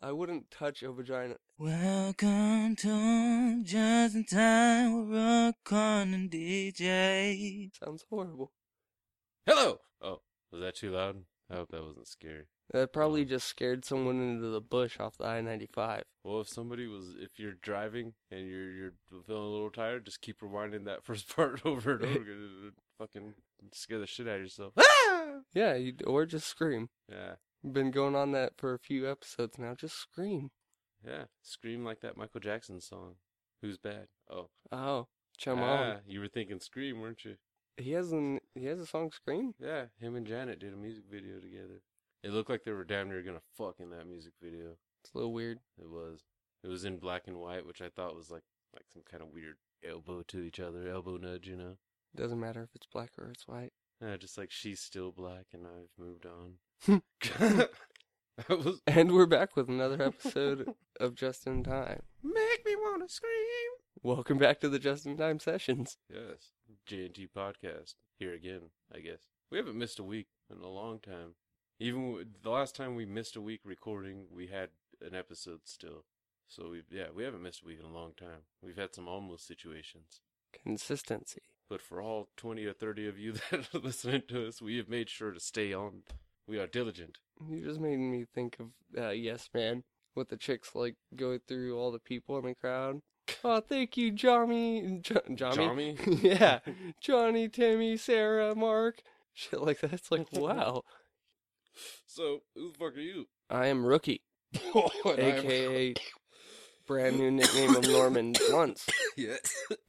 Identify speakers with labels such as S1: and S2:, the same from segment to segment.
S1: I wouldn't touch a vagina.
S2: Welcome to Just in Time with Rock on and DJ.
S1: Sounds horrible.
S3: Hello. Oh, was that too loud? I hope that wasn't scary.
S1: That probably
S3: Oh.
S1: just scared someone into the bush off the I 95.
S3: Well, if somebody was, if you're driving and you're you're feeling a little tired, just keep rewinding that first part over and over. again. It would Fucking scare the shit out of yourself.
S1: Yeah, you or just scream.
S3: yeah,
S1: Been going on that for a few episodes now. Just scream.
S3: yeah. Scream like that Michael Jackson song. Who's bad? Oh,
S1: Oh, Chum
S3: ah, you were thinking Scream, weren't you?
S1: He has an he has a song Scream.
S3: Yeah, him and Janet did a music video together. It looked like they were damn near gonna fuck in that music video.
S1: It's a little weird.
S3: It was. It was in black and white, which I thought was like like some kind of weird elbow to each other, elbow nudge, you know.
S1: Doesn't matter if it's black or it's white.
S3: Yeah, just like she's still black and I've moved on. that was
S1: And we're back with another episode of Just in Time.
S3: make me want to scream.
S1: Welcome back to the Just in Time sessions.
S3: Yes, JNT podcast here again. I guess we haven't missed a week in a long time. Even w- the last time we missed a week recording, we had an episode still. So we yeah we haven't missed a week in a long time. We've had some almost situations.
S1: Consistency.
S3: But for all 20 or 30 of you that are listening to us, we have made sure to stay on. We are diligent.
S1: You just made me think of uh, Yes Man with the chicks like going through all the people in the crowd. Oh, thank you, Johnny. Jo- Johnny.
S3: Tommy?
S1: yeah, Johnny, Timmy, Sarah, Mark, shit like that. It's like wow.
S3: So, who the fuck are you?
S1: I am rookie,
S3: Oh, And I am-
S1: aka brand new nickname of Norman Blunts.
S3: Yeah.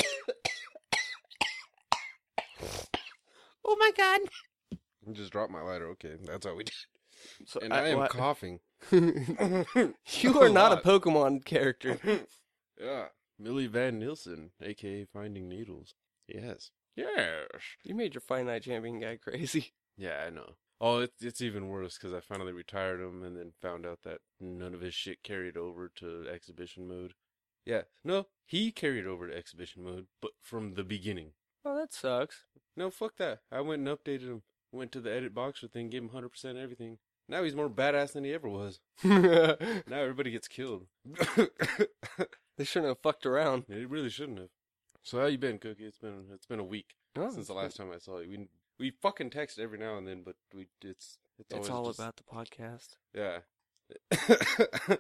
S2: Oh my god.
S3: Just dropped my lighter. Okay, that's how we did.
S1: So
S3: And I, am
S1: what-
S3: coughing.
S1: you are not a
S3: lot.
S1: Pokemon character.
S3: yeah. Millie Van Nielsen, aka Finding Needles. Yes. Yes.
S1: You made your finite champion guy crazy.
S3: Yeah, I know. Oh, it's it's even worse because I finally retired him and then found out that none of his shit carried over to exhibition mode. Yeah, no, he carried over to exhibition mode, but from the beginning.
S1: Oh, that sucks.
S3: No, fuck that. I went and updated him. Went to the edit boxer thing, gave him hundred percent everything. Now he's more badass than he ever was.
S1: they
S3: Now everybody gets killed.
S1: shouldn't have fucked around.
S3: it really shouldn't have. So how you been, Cookie? It's been it's been a week
S1: Oh,
S3: since the last time I saw you. We we fucking text every now and then, but we it's it's,
S1: It's
S3: always
S1: all
S3: just-
S1: about the podcast.
S3: Yeah.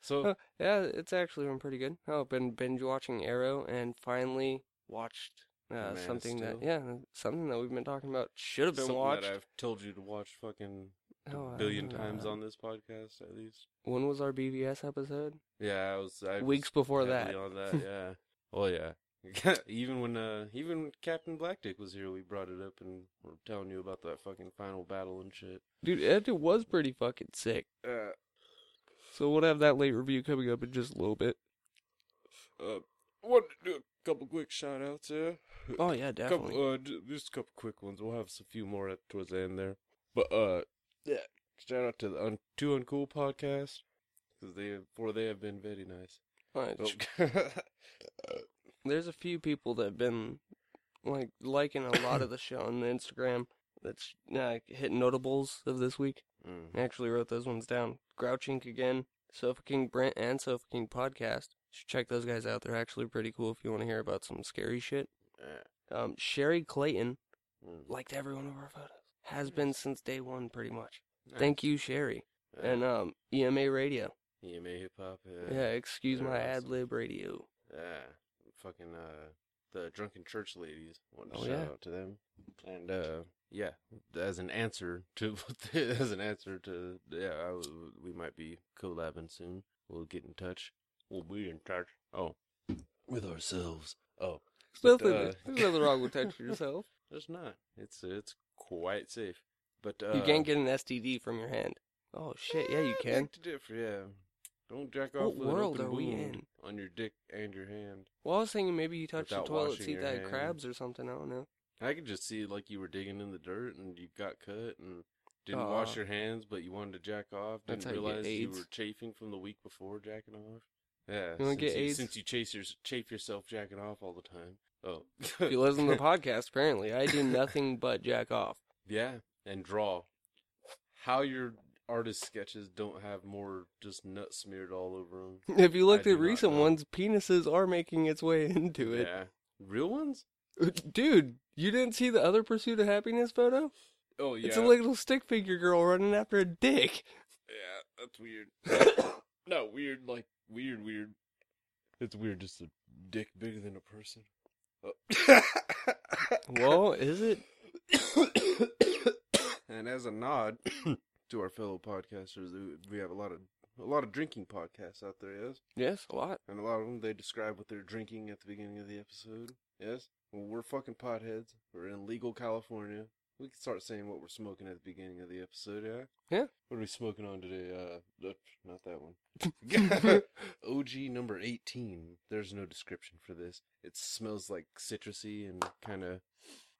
S3: so
S1: Huh, yeah, it's actually been pretty good. Oh, I've been binge watching Arrow and finally watched uh,
S3: Man of
S1: something that
S3: Steel.
S1: yeah, something that we've been talking about should have been
S3: something
S1: watched.
S3: that I've told you to watch fucking a
S1: Oh, I
S3: billion
S1: don't know.
S3: times on this podcast at least.
S1: When was our BVS episode?
S3: Yeah, I was I was
S1: Weeks before
S3: heavily
S1: that.
S3: On that, yeah. Oh yeah. even when uh even when Captain Black Dick was here, we brought it up and we're telling you about that fucking final battle and shit.
S1: Dude, it it was pretty fucking sick.
S3: Uh,
S1: So we'll have that late review coming up in just a little bit.
S3: uh wanted to do a couple quick uh. shout outs there.
S1: Oh yeah, definitely.
S3: Couple, uh, j- just a couple quick ones. We'll have a few more at, towards the end there. But uh, yeah, shout out to the un- Two Uncool podcast because they for they have been very nice.
S1: Alright,
S3: Oh.
S1: There's a few people that have been like liking a lot of the show on Instagram. That's uh, hit notables of this week.
S3: Mm.
S1: I actually wrote those ones down. Grouchink again, Sofa King Brent, and Sofa King Podcast. You should check those guys out. They're actually pretty cool if you want to hear about some scary shit.
S3: Yeah.
S1: Um, Sherry Clayton
S3: Mm.
S1: liked every one of our photos. Has been since day one, pretty much.
S3: Nice.
S1: Thank you, Sherry.
S3: Yeah.
S1: And um, EMA Radio.
S3: EMA hip hop.
S1: Yeah, excuse
S3: they're
S1: my
S3: awesome.
S1: ad lib radio.
S3: Yeah. Fucking uh the drunken church ladies. Want to
S1: Oh,
S3: shout
S1: yeah.
S3: out to them. And uh yeah, as an answer to as an answer to yeah, I w we might be collabing soon. We'll get in touch. We'll be in touch. Oh, with ourselves. Oh, But,
S1: Nothing,
S3: uh,
S1: there's nothing wrong with touching yourself.
S3: there's not. It's it's quite safe. But uh,
S1: you can't get an STD from your hand. Oh shit, yeah, you
S3: eh,
S1: can.
S3: make the diff- Yeah. Don't jack
S1: What
S3: off with
S1: world
S3: an open
S1: are we
S3: wound
S1: in?
S3: on your dick and your hand.
S1: Well, I was thinking maybe you touched the
S3: Without
S1: toilet
S3: washing
S1: seat
S3: your
S1: that had
S3: hand.
S1: crabs or something. I don't know.
S3: I could just see like you were digging in the dirt and you got cut and didn't wash
S1: Aw.
S3: your hands, but you wanted to jack off.
S1: That's
S3: Didn't
S1: how you get
S3: realize you
S1: AIDS.
S3: were chafing from the week before jacking off. Yeah,
S1: You wanna
S3: since
S1: get
S3: you,
S1: AIDS?
S3: since you chase your, chafe yourself jacking off all the time. Oh,
S1: If you listen to the podcast, apparently I do nothing but jack off.
S3: yeah, and draw. How your artist sketches don't have more just nut smeared all over them.
S1: If you looked
S3: I do
S1: at
S3: not
S1: recent
S3: know.
S1: ones, penises are making its way into it. Uh,
S3: Yeah. Real ones?
S1: Dude, you didn't see the other Pursuit of Happiness photo?
S3: Oh yeah.
S1: It's a little stick figure girl running after a dick.
S3: yeah, that's weird. no, weird like weird weird. It's weird just a dick bigger than a person. Oh.
S1: Well, is it?
S3: and as a nod to our fellow podcasters, we have a lot of a lot of drinking podcasts out there, yes,
S1: Yes, a lot.
S3: and a lot of them they describe what they're drinking at the beginning of the episode, yes. Well, we're fucking potheads. We're in legal California. We can start saying what we're smoking at the beginning of the episode, yeah.
S1: Yeah.
S3: What are we smoking on today? Uh, nope, not that one. OG number eighteen. There's no description for this. It smells like citrusy and kind of a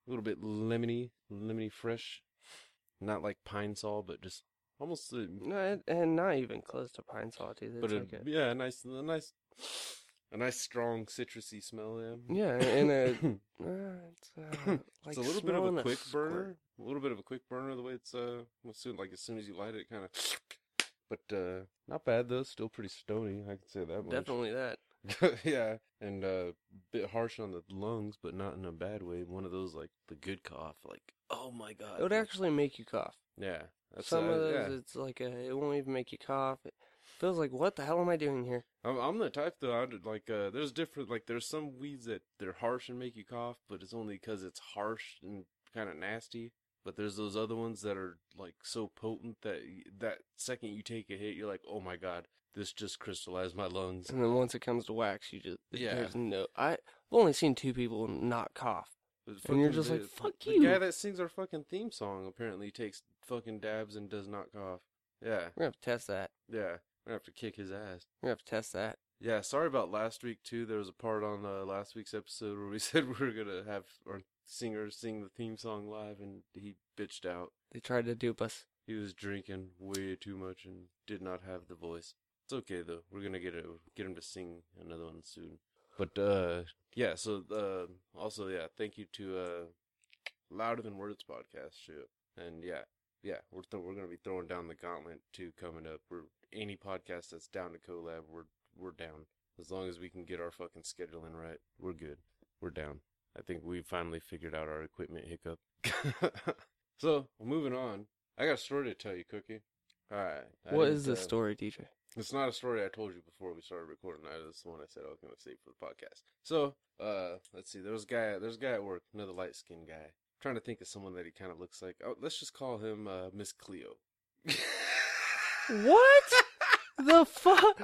S3: little bit lemony, lemony fresh. Not like pine saw, but just almost. uh
S1: No, and- and not even close to pine saw teeth. It's
S3: but a,
S1: like a,
S3: yeah, a nice, a nice, a nice strong citrusy smell. Yeah.
S1: yeah, and a uh, it's, uh, like
S3: it's a little bit of
S1: smelling
S3: a quick
S1: squirt.
S3: burner. A little bit of a quick burner. The way it's uh, as soon like as soon as you light it, kind of. But uh, not bad though. Still pretty stony. I can say that much.
S1: Definitely that.
S3: yeah, and uh, bit harsh on the lungs, but not in a bad way. One of those like the good cough, like oh my god.
S1: It would actually make you cough.
S3: Yeah, that's
S1: Some
S3: uh,
S1: of those,
S3: yeah.
S1: it's like a, it won't even make you cough. It feels like, what the hell am I doing here?
S3: I'm, I'm the type though. I'd, like, uh, there's different. Like, there's some weeds that they're harsh and make you cough, but it's only because it's harsh and kind of nasty. But there's those other ones that are like so potent that y- that second you take a hit, you're like, oh my god, this just crystallized my lungs.
S1: And then once it comes to wax, you just
S3: Yeah.
S1: There's no. I, I've only seen two people not cough. And you're just like, "Fuck
S3: the
S1: you."
S3: guy that sings our fucking theme song apparently takes fucking dabs and does not cough. Yeah,
S1: We're gonna have to test that.
S3: yeah. I have to kick his ass.
S1: We're gonna have to test that.
S3: Yeah, sorry about last week too. There was a part on uh, last week's episode where we said we were gonna have our singer sing the theme song live, and he bitched out.
S1: They tried to dupe us.
S3: He was drinking way too much and did not have the voice. It's okay though. We're gonna get it. Get him to sing another one soon. But uh, yeah. So uh, also yeah, thank you to uh, Louder Than Words podcast shoot. And yeah, yeah, we're th- we're gonna be throwing down the gauntlet too coming up. We're any podcast that's down to collab, we're we're down. As long as we can get our fucking scheduling right, we're good. We're down. I think we finally figured out our equipment hiccup. so moving on, I got a story to tell you, Cookie. All right. I
S1: what
S3: didn't,
S1: is this
S3: uh,
S1: story, DJ?
S3: it's not a story I told you before we started recording. I just the one I said I was gonna save for the podcast. So, uh, let's see. There was a guy. There's a guy at work. Another light skinned guy. trying to think of someone that he kind of looks like. Oh, let's just call him uh, Miss Cleo.
S1: What the fuck?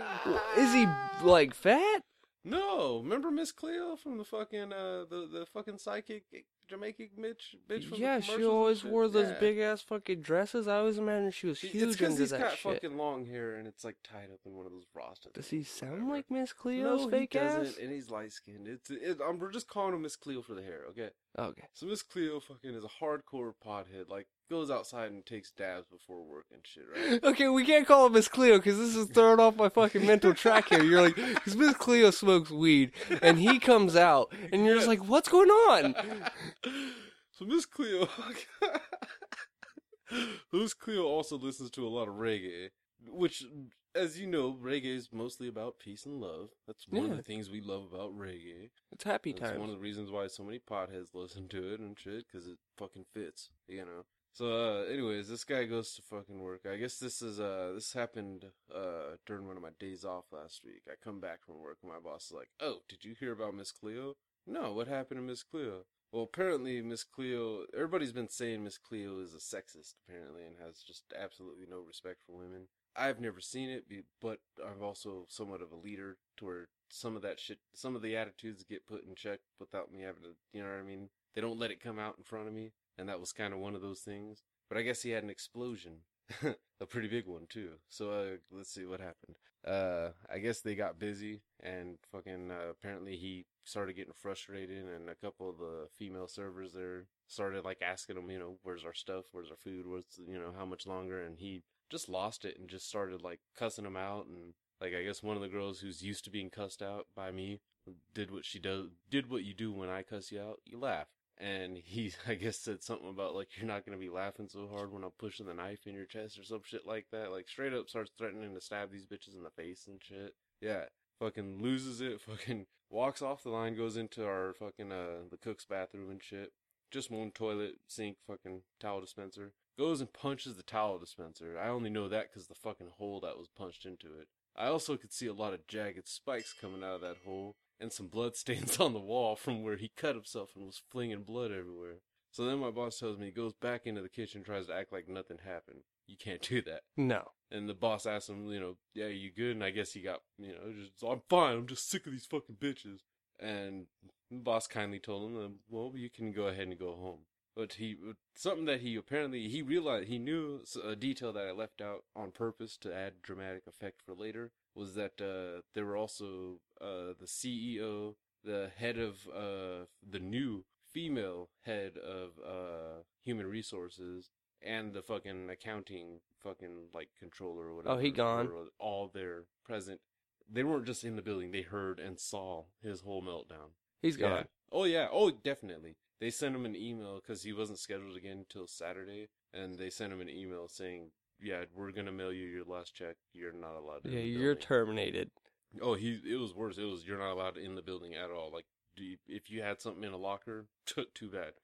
S1: Is he like fat?
S3: No, remember Miss Cleo from the fucking uh the the fucking psychic Jamaican bitch bitch. From
S1: Yeah,
S3: the
S1: she
S3: commercials and
S1: always
S3: shit?
S1: wore those
S3: Yeah.
S1: big ass fucking dresses. I always imagined she was
S3: She-
S1: huge
S3: it's 'cause
S1: into
S3: he's
S1: that
S3: got
S1: shit.
S3: fucking long hair and it's like tied up in one of those rosters.
S1: Does he sound like Miss
S3: No,
S1: Cleo's
S3: he
S1: fake
S3: doesn't,
S1: ass?
S3: And he's light skinned. It's it, I'm, we're just calling him Miss Cleo for the hair, okay?
S1: Okay.
S3: So Miss Cleo fucking is a hardcore pothead. Like goes outside and takes dabs before work and shit, right?
S1: Okay, we can't call him Miss Cleo because this is throwing off my fucking mental track here. You're like, because Miss Cleo smokes weed and he comes out and you're just like, what's going on?
S3: so Miss Cleo, Miss Cleo also listens to a lot of reggae, which, as you know, reggae is mostly about peace and love. That's one of
S1: Yeah.
S3: the things we love about reggae.
S1: It's happy
S3: That's
S1: time.
S3: one of the reasons why so many potheads listen to it and shit, because it fucking fits, you know. So, uh, anyways, this guy goes to fucking work. I guess this is, uh, this happened, uh, during one of my days off last week. I come back from work and my boss is like, Oh, did you hear about Miss Cleo? No, what happened to Miss Cleo? Well, apparently, Miss Cleo, everybody's been saying Miss Cleo is a sexist, apparently, and has just absolutely no respect for women. I've never seen it, be- but I'm also somewhat of a leader to where some of that shit, some of the attitudes get put in check without me having to, you know what I mean? They don't let it come out in front of me, and that was kind of one of those things. But I guess he had an explosion, a pretty big one too. So uh, let's see what happened. Uh, I guess they got busy and fucking. Uh, apparently, he started getting frustrated, and a couple of the female servers there started like asking him, you know, where's our stuff? Where's our food? What's you know how much longer? And he just lost it and just started like cussing him out and like I guess one of the girls who's used to being cussed out by me did what she does did what you do when I cuss you out. You laugh. and he I guess said something about like you're not gonna be laughing so hard when I'm pushing the knife in your chest or some shit like that. Like straight up starts threatening to stab these bitches in the face and shit. Yeah. Fucking loses it, fucking walks off the line, goes into our fucking uh the cook's bathroom and shit. Just one toilet, sink, fucking towel dispenser. Goes and punches the towel dispenser. I only know that 'cause the fucking hole that was punched into it. I also could see a lot of jagged spikes coming out of that hole and some blood stains on the wall from where he cut himself and was flinging blood everywhere. So then my boss tells me he goes back into the kitchen and tries to act like nothing happened. You can't do that.
S1: No.
S3: And the boss asks him, you know, yeah, you good? And I guess he got, you know, just, I'm fine. I'm just sick of these fucking bitches. And the boss kindly told him, uh, well, you can go ahead and go home. But he, uh, something that he apparently, he realized, he knew s- a detail that I left out on purpose to add dramatic effect for later was that, uh, there were also, uh, the CEO, the head of, uh, the new female head of, uh, human resources and the fucking accounting fucking like controller or whatever.
S1: Oh, he gone.
S3: were All there present. They weren't just in the building. They heard and saw his whole meltdown.
S1: He's
S3: Yeah.
S1: gone.
S3: Oh yeah. Oh, definitely. They sent him an email because he wasn't scheduled again until Saturday, and they sent him an email saying, "Yeah, we're gonna mail you your last check. You're not allowed."
S1: Yeah,
S3: in the
S1: you're
S3: building."
S1: terminated.
S3: Oh, he. It was worse. It was you're not allowed in the building at all. Like, do you, if you had something in a locker, too bad,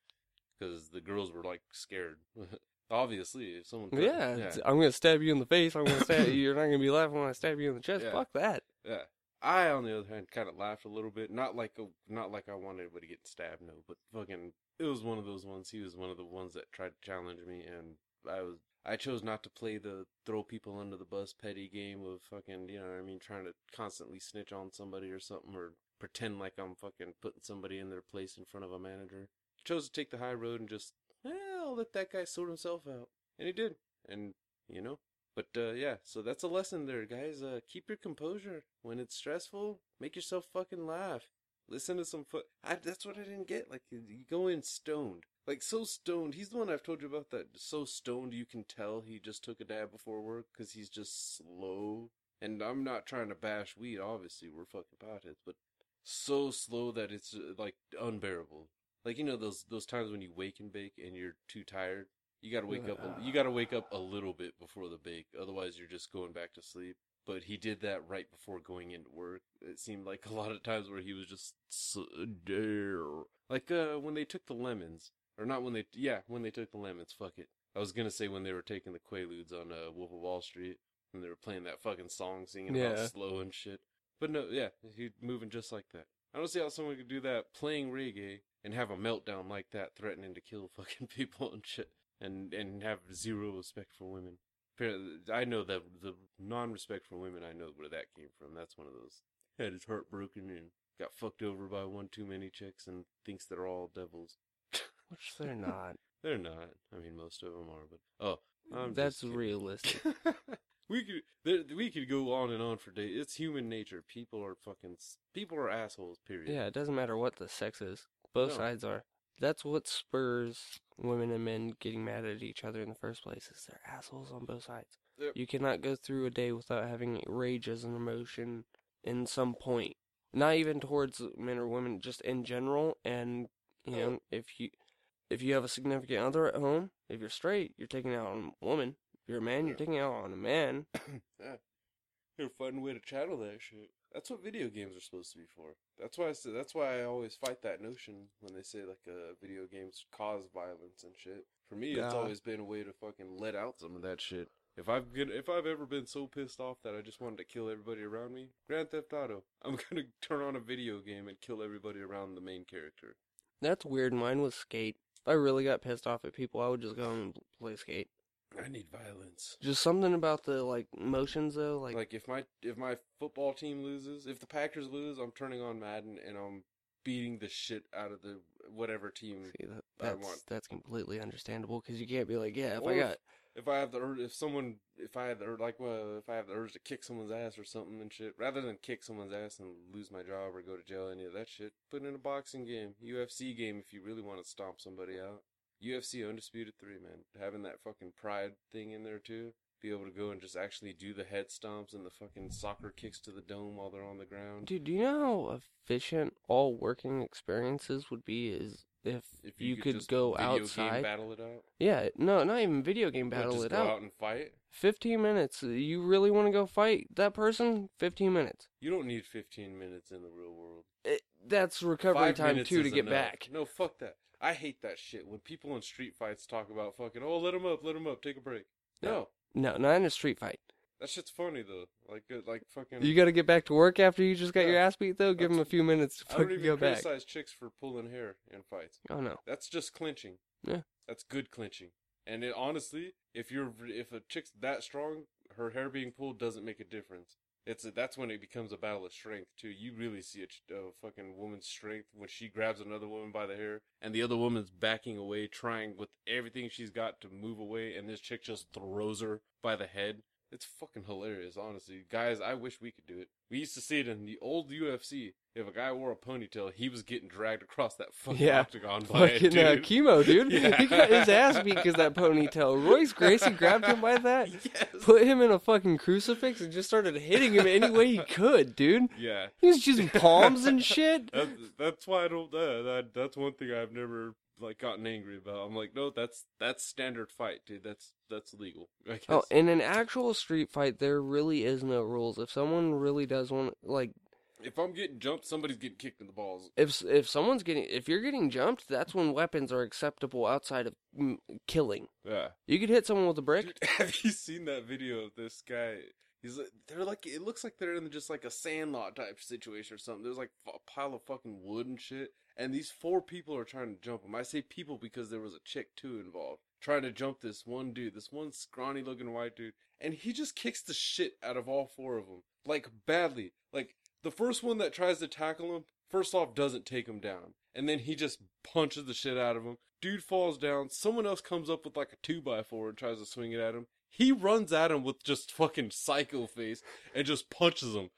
S3: because the girls were like scared. Obviously, if someone threatened-
S1: Yeah, it's- I'm gonna stab you in the face. I'm gonna stab you. You're not gonna be laughing when I stab you in the chest.
S3: Yeah.
S1: Fuck that.
S3: Yeah. I, on the other hand, kind of laughed a little bit. Not like a, not like I wanted everybody getting stabbed, no. But fucking, it was one of those ones. He was one of the ones that tried to challenge me, and I was, I chose not to play the throw people under the bus petty game of fucking, you know, what I mean, trying to constantly snitch on somebody or something, or pretend like I'm fucking putting somebody in their place in front of a manager. Chose to take the high road and just, eh, I'll let that guy sort himself out, and he did, and you know, but uh, yeah, so that's a lesson there, guys. Uh, keep your composure when it's stressful. Make yourself fucking laugh. Listen to some foot. I, that's what I didn't get. Like you you go in stoned, like so stoned. He's the one I've told you about that. So stoned, you can tell he just took a dab before work because he's just slow. And I'm not trying to bash weed. Obviously, we're fucking potheads, but so slow that it's uh, like unbearable. Like you know those those times when you wake and bake and you're too tired you gotta wake up. A, you gotta wake up a little bit before the bake, otherwise you're just going back to sleep. But he did that right before going into work. It seemed like a lot of times where he was just so, uh, dare. like uh, when they took the lemons, or not when they yeah when they took the lemons. Fuck it. I was gonna say when they were taking the quaaludes on uh, Wolf of Wall Street and they were playing that fucking song, singing
S1: Yeah.
S3: about slow and shit. But no, yeah, he's moving just like that. I don't see how someone could do that playing reggae and have a meltdown like that, threatening to kill fucking people and shit and and have zero respect for women. Apparently- I know that the non-respect for women. I know where that came from. That's one of those had his heart broken and got fucked over by one too many chicks and thinks they're all devils.
S1: Which they're not.
S3: They're not. I mean, most of them are. But oh, I'm
S1: That's
S3: just kidding.
S1: realistic.
S3: we could there, we could go on and on for days. It's human nature. People are fucking s- people are assholes. Period.
S1: Yeah, it doesn't matter what the sex is. Both
S3: No.
S1: sides are. That's what spurs women and men getting mad at each other in the first place is they're assholes on both sides.
S3: Yep.
S1: You cannot go through a day without having rage as an emotion in some point. Not even towards men or women, just in general and you know, if you if you have a significant other at home, if you're straight, you're taking it out on a woman. If you're a man, you're
S3: Yeah.
S1: taking it out on a man.
S3: yeah. You're a fun way to channel that shit. That's what video games are supposed to be for. That's why I said, that's why I always fight that notion when they say like uh, video games cause violence and shit. For me, it's
S1: Yeah.
S3: always been a way to fucking let out some of that shit. If I've good, if I've ever been so pissed off that I just wanted to kill everybody around me, Grand Theft Auto, I'm gonna turn on a video game and kill everybody around the main character.
S1: That's weird. Mine was skate. If I really got pissed off at people, I would just go home and play skate.
S3: I need violence.
S1: Just something about the like motions though, like,
S3: Like, if my if my football team loses, if the Packers lose, I'm turning on Madden and I'm beating the shit out of the whatever team.
S1: see, that,
S3: I
S1: that's
S3: want-
S1: that's completely understandable because you can't be like, yeah, if
S3: Or
S1: I got
S3: If I have the urge, if someone, if I had the urge, like, well, if I have the urge to kick someone's ass or something and shit, rather than kick someone's ass and lose my job or go to jail, any of that shit, put in a boxing game, UFC game, if you really want to stomp somebody out. UFC Undisputed Three, man, having that fucking pride thing in there too, be able to go and just actually do the head stomps and the fucking soccer kicks to the dome while they're on the ground.
S1: dude, do you know how efficient all working experiences would be is if,
S3: If
S1: you, could
S3: just
S1: go
S3: video game
S1: outside.
S3: battle it out.
S1: yeah, no, not even video game
S3: What,
S1: battle
S3: just
S1: it
S3: go
S1: out.
S3: and fight.
S1: 15 minutes. uh, You really want to go fight that person? 15 minutes.
S3: You don't need 15 minutes in the real world.
S1: It, that's recovery
S3: Five
S1: time
S3: minutes
S1: too to
S3: is
S1: get
S3: enough.
S1: back.
S3: No, fuck that. I hate that shit when people in street fights talk about fucking. Oh, let him up, let him up, take a break. No,
S1: No. No, not in a street fight.
S3: that shit's funny though. Like, uh, like fucking.
S1: You got to get back to work after you just got your
S3: Yeah.
S1: ass beat though. Give
S3: That's-
S1: them a few minutes to
S3: I don't
S1: fucking
S3: even
S1: go back.
S3: criticize chicks for pulling hair in fights.
S1: Oh no.
S3: That's just clinching.
S1: Yeah.
S3: That's good clinching. And it, honestly, if you're if a chick's that strong, her hair being pulled doesn't make a difference. It's that's when it becomes a battle of strength too. You really see a, ch- a fucking woman's strength when she grabs another woman by the hair, and the other woman's backing away, trying with everything she's got to move away, and this chick just throws her by the head. It's fucking hilarious, honestly. Guys, I wish we could do it. We used to see it in the old UFC. If a guy wore a ponytail, he was getting dragged across that fucking
S1: Yeah.
S3: octagon by a
S1: Fucking uh,
S3: dude.
S1: chemo, dude.
S3: Yeah.
S1: He got his ass beat because that ponytail. Royce Gracie grabbed him by that,
S3: Yes.
S1: put him in a fucking crucifix, and just started hitting him any way he could, dude.
S3: Yeah.
S1: He was using palms and shit.
S3: That's, that's why I don't. Uh, that that's one thing I've never like gotten angry about. I'm like, no, that's that's standard fight, dude. That's that's legal. I guess.
S1: Oh, in an actual street fight, there really is no rules. If someone really does want, like,
S3: if I'm getting jumped, somebody's getting kicked in the balls.
S1: if if someone's getting, if you're getting jumped, that's when weapons are acceptable outside of mm, killing.
S3: Yeah.
S1: You could hit someone with a brick.
S3: Dude, have you seen that video of this guy? He's like, they're like, it looks like they're in just like a sandlot type situation or something. There's like a pile of fucking wood and shit, and these four people are trying to jump him. I say people because there was a chick too involved trying to jump this one dude, this one scrawny looking white dude, and he just kicks the shit out of all four of them, like badly. Like the first one that tries to tackle him, first off, doesn't take him down. And then he just punches the shit out of him. Dude falls down. Someone else comes up with like a 2 by 4 and tries to swing it at him. He runs at him with just fucking psycho face and just punches him.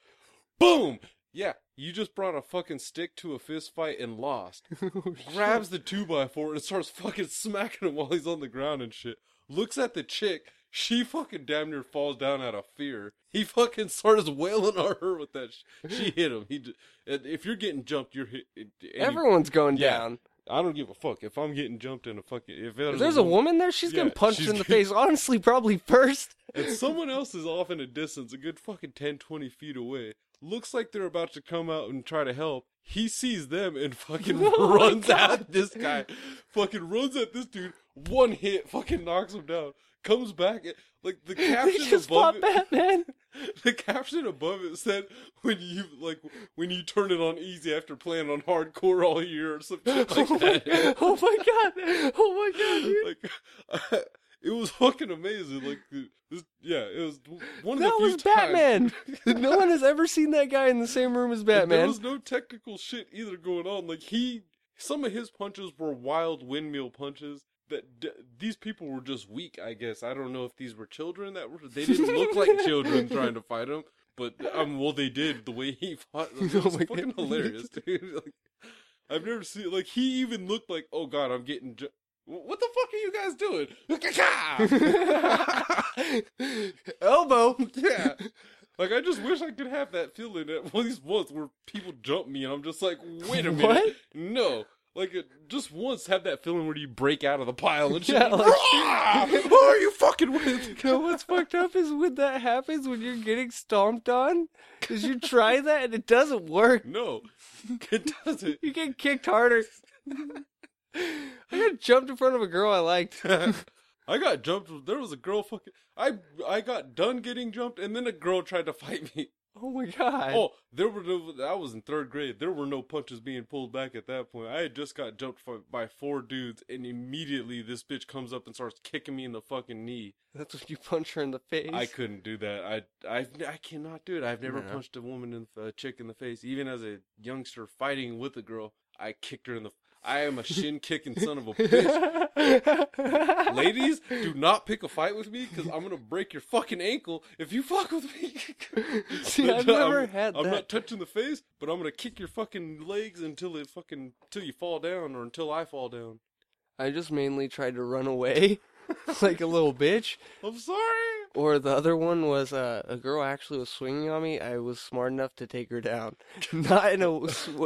S3: Boom! Yeah, you just brought a fucking stick to a fist fight and lost. Grabs the 2 by 4 and starts fucking smacking him while he's on the ground and shit. Looks at the chick. She fucking damn near falls down out of fear. He fucking starts wailing on her with that. Sh- she hit him. He, d- and if you're getting jumped, you're hit. and you-
S1: Everyone's going
S3: Yeah.
S1: down.
S3: I don't give a fuck if I'm getting jumped in a fucking. If,
S1: If there's a woman there, she's
S3: Yeah,
S1: getting punched
S3: she's
S1: in the
S3: gonna-
S1: face. Honestly, probably first.
S3: and someone else is off in a distance, a good fucking 10, 20 feet away, looks like they're about to come out and try to help. He sees them and fucking
S1: Oh my
S3: runs
S1: God.
S3: at this guy. Fucking runs at this dude. One hit, fucking knocks him down. Comes back. and- Like the
S1: They
S3: caption
S1: just fought
S3: above it,
S1: Batman.
S3: the caption above it said when you like when you turn it on easy after playing on hardcore all year or something like
S1: oh, my,
S3: that.
S1: oh my god! Oh my god, dude!
S3: like it was fucking amazing. Like the- this, yeah, it was one of
S1: that
S3: the few
S1: was Batman. no one has ever seen that guy in the same room as
S3: Batman. There
S1: Batman.
S3: was no technical shit either going on. Like he, some of his punches were wild windmill punches. That d- these people were just weak. I guess I don't know if these were children that were. They didn't look like children trying to fight him. But um, well, they did the way he fought. Like, it
S1: Oh
S3: was
S1: my
S3: fucking
S1: God.
S3: hilarious, dude. Like, I've never seen like he even looked like, oh god, I'm getting. Ju- what the fuck are you guys doing?
S1: Elbow.
S3: yeah. Like I just wish I could have that feeling at least once where people jump me and I'm just like, wait a minute,
S1: What?
S3: no. Like it, just once have that feeling where you break out of the pile and shit.
S1: Yeah, like-
S3: "Rah! Who are you fucking with?
S1: No, what's fucked up is when that happens when you're getting stomped on, because you try that and it doesn't work.
S3: No, it doesn't.
S1: You get kicked harder. I got jumped in front of a girl I liked.
S3: I got jumped. There was a girl fucking. I I got done getting jumped, and then a girl tried to fight me.
S1: Oh my god.
S3: Oh, there were no. I was in third grade. There were no punches being pulled back at that point. I had just got jumped for, by four dudes, and immediately this bitch comes up and starts kicking me in the fucking knee.
S1: That's when you punch her in the face.
S3: I couldn't do that. I I I cannot do it. I've never
S1: No.
S3: punched a woman in the, a chick in the face, even as a youngster fighting with a girl. I kicked her in the. I am a shin kicking son of a bitch. Ladies, do not pick a fight with me because I'm gonna break your fucking ankle if you fuck with me.
S1: See, I've never
S3: I'm,
S1: had
S3: um, I'm
S1: that.
S3: not touching the face, but I'm gonna kick your fucking legs until it fucking until you fall down or until I fall down.
S1: I just mainly tried to run away like a little bitch.
S3: I'm sorry.
S1: Or the other one was uh, a girl actually was swinging on me. I was smart enough to take her down, not in a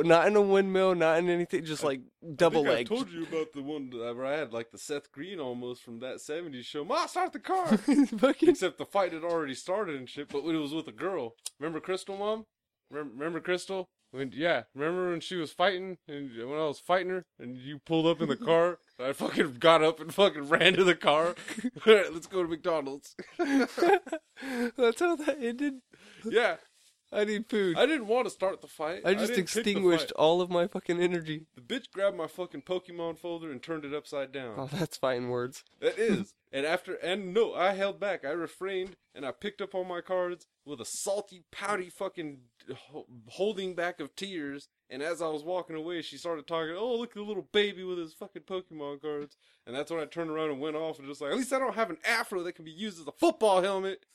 S1: not in a windmill, not in anything, just like double
S3: I
S1: leg.
S3: think I told you about the one that I had, like the Seth Green almost from that '70s show. Ma, start the car.
S1: Fucking
S3: Except the fight had already started and shit, but it was with a girl. Remember Crystal, mom? Rem- Remember Crystal? When yeah, remember when she was fighting and uh, when I was fighting her and you pulled up in the car? I fucking got up and fucking ran to the car. All right, let's go to McDonald's.
S1: That's how that ended.
S3: yeah,
S1: I need food. I,
S3: I didn't want to start the
S1: just
S3: fight. didn't pick the
S1: extinguished
S3: fight.
S1: all of my fucking energy.
S3: The, bitch grabbed my fucking Pokemon folder and turned it upside down.
S1: Oh, that's fine words.
S3: That is. And after and no, I held back. I refrained and I picked up all my cards with a salty, pouty fucking ho- holding back of tears. And as I was walking away, she started talking. Oh, look at the little baby with his fucking Pokemon cards. And that's when I turned around and went off and just like, at least I don't have an afro that can be used as a football helmet.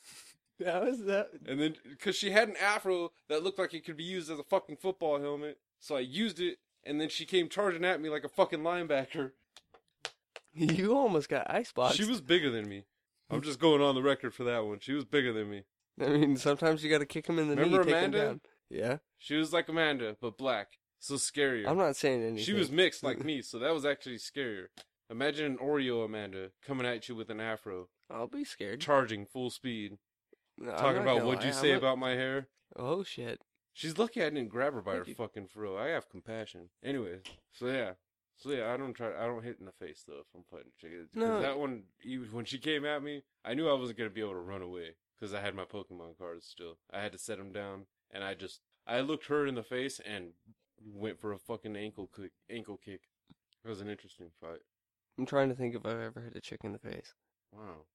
S1: How is that?
S3: And then because she had an afro that looked like it could be used as a fucking football helmet, so I used it. And then she came charging at me like a fucking linebacker.
S1: You almost got icebox.
S3: She was bigger than me. I'm just going on the record for that one. She was bigger than me.
S1: I mean, sometimes you got to kick him in the
S3: Remember
S1: knee, take
S3: Amanda?
S1: him down. Yeah,
S3: She was like Amanda, but black. So scarier.
S1: I'm not saying anything.
S3: she was mixed like me, so that was actually scarier. Imagine an Oreo Amanda coming at you with an afro,
S1: I'll be scared.
S3: charging full speed,
S1: No, I'm
S3: talking
S1: not
S3: about
S1: gonna
S3: what'd you
S1: lie, I'm
S3: say
S1: not-
S3: about my hair.
S1: Oh shit.
S3: She's lucky I didn't grab her by her
S1: Thank you.
S3: fucking fro. I have compassion. Anyways, so yeah, so yeah, I don't try. I don't hit in the face though if I'm fighting a chick. 'Cause
S1: No.
S3: that one even when she came at me, I knew I wasn't gonna be able to run away because I had my Pokemon cards still. I had to set them down, and I just I looked her in the face and went for a fucking ankle kick. Ankle kick. It was an interesting fight.
S1: I'm trying to think if I've ever hit a chick in the face.
S3: Wow.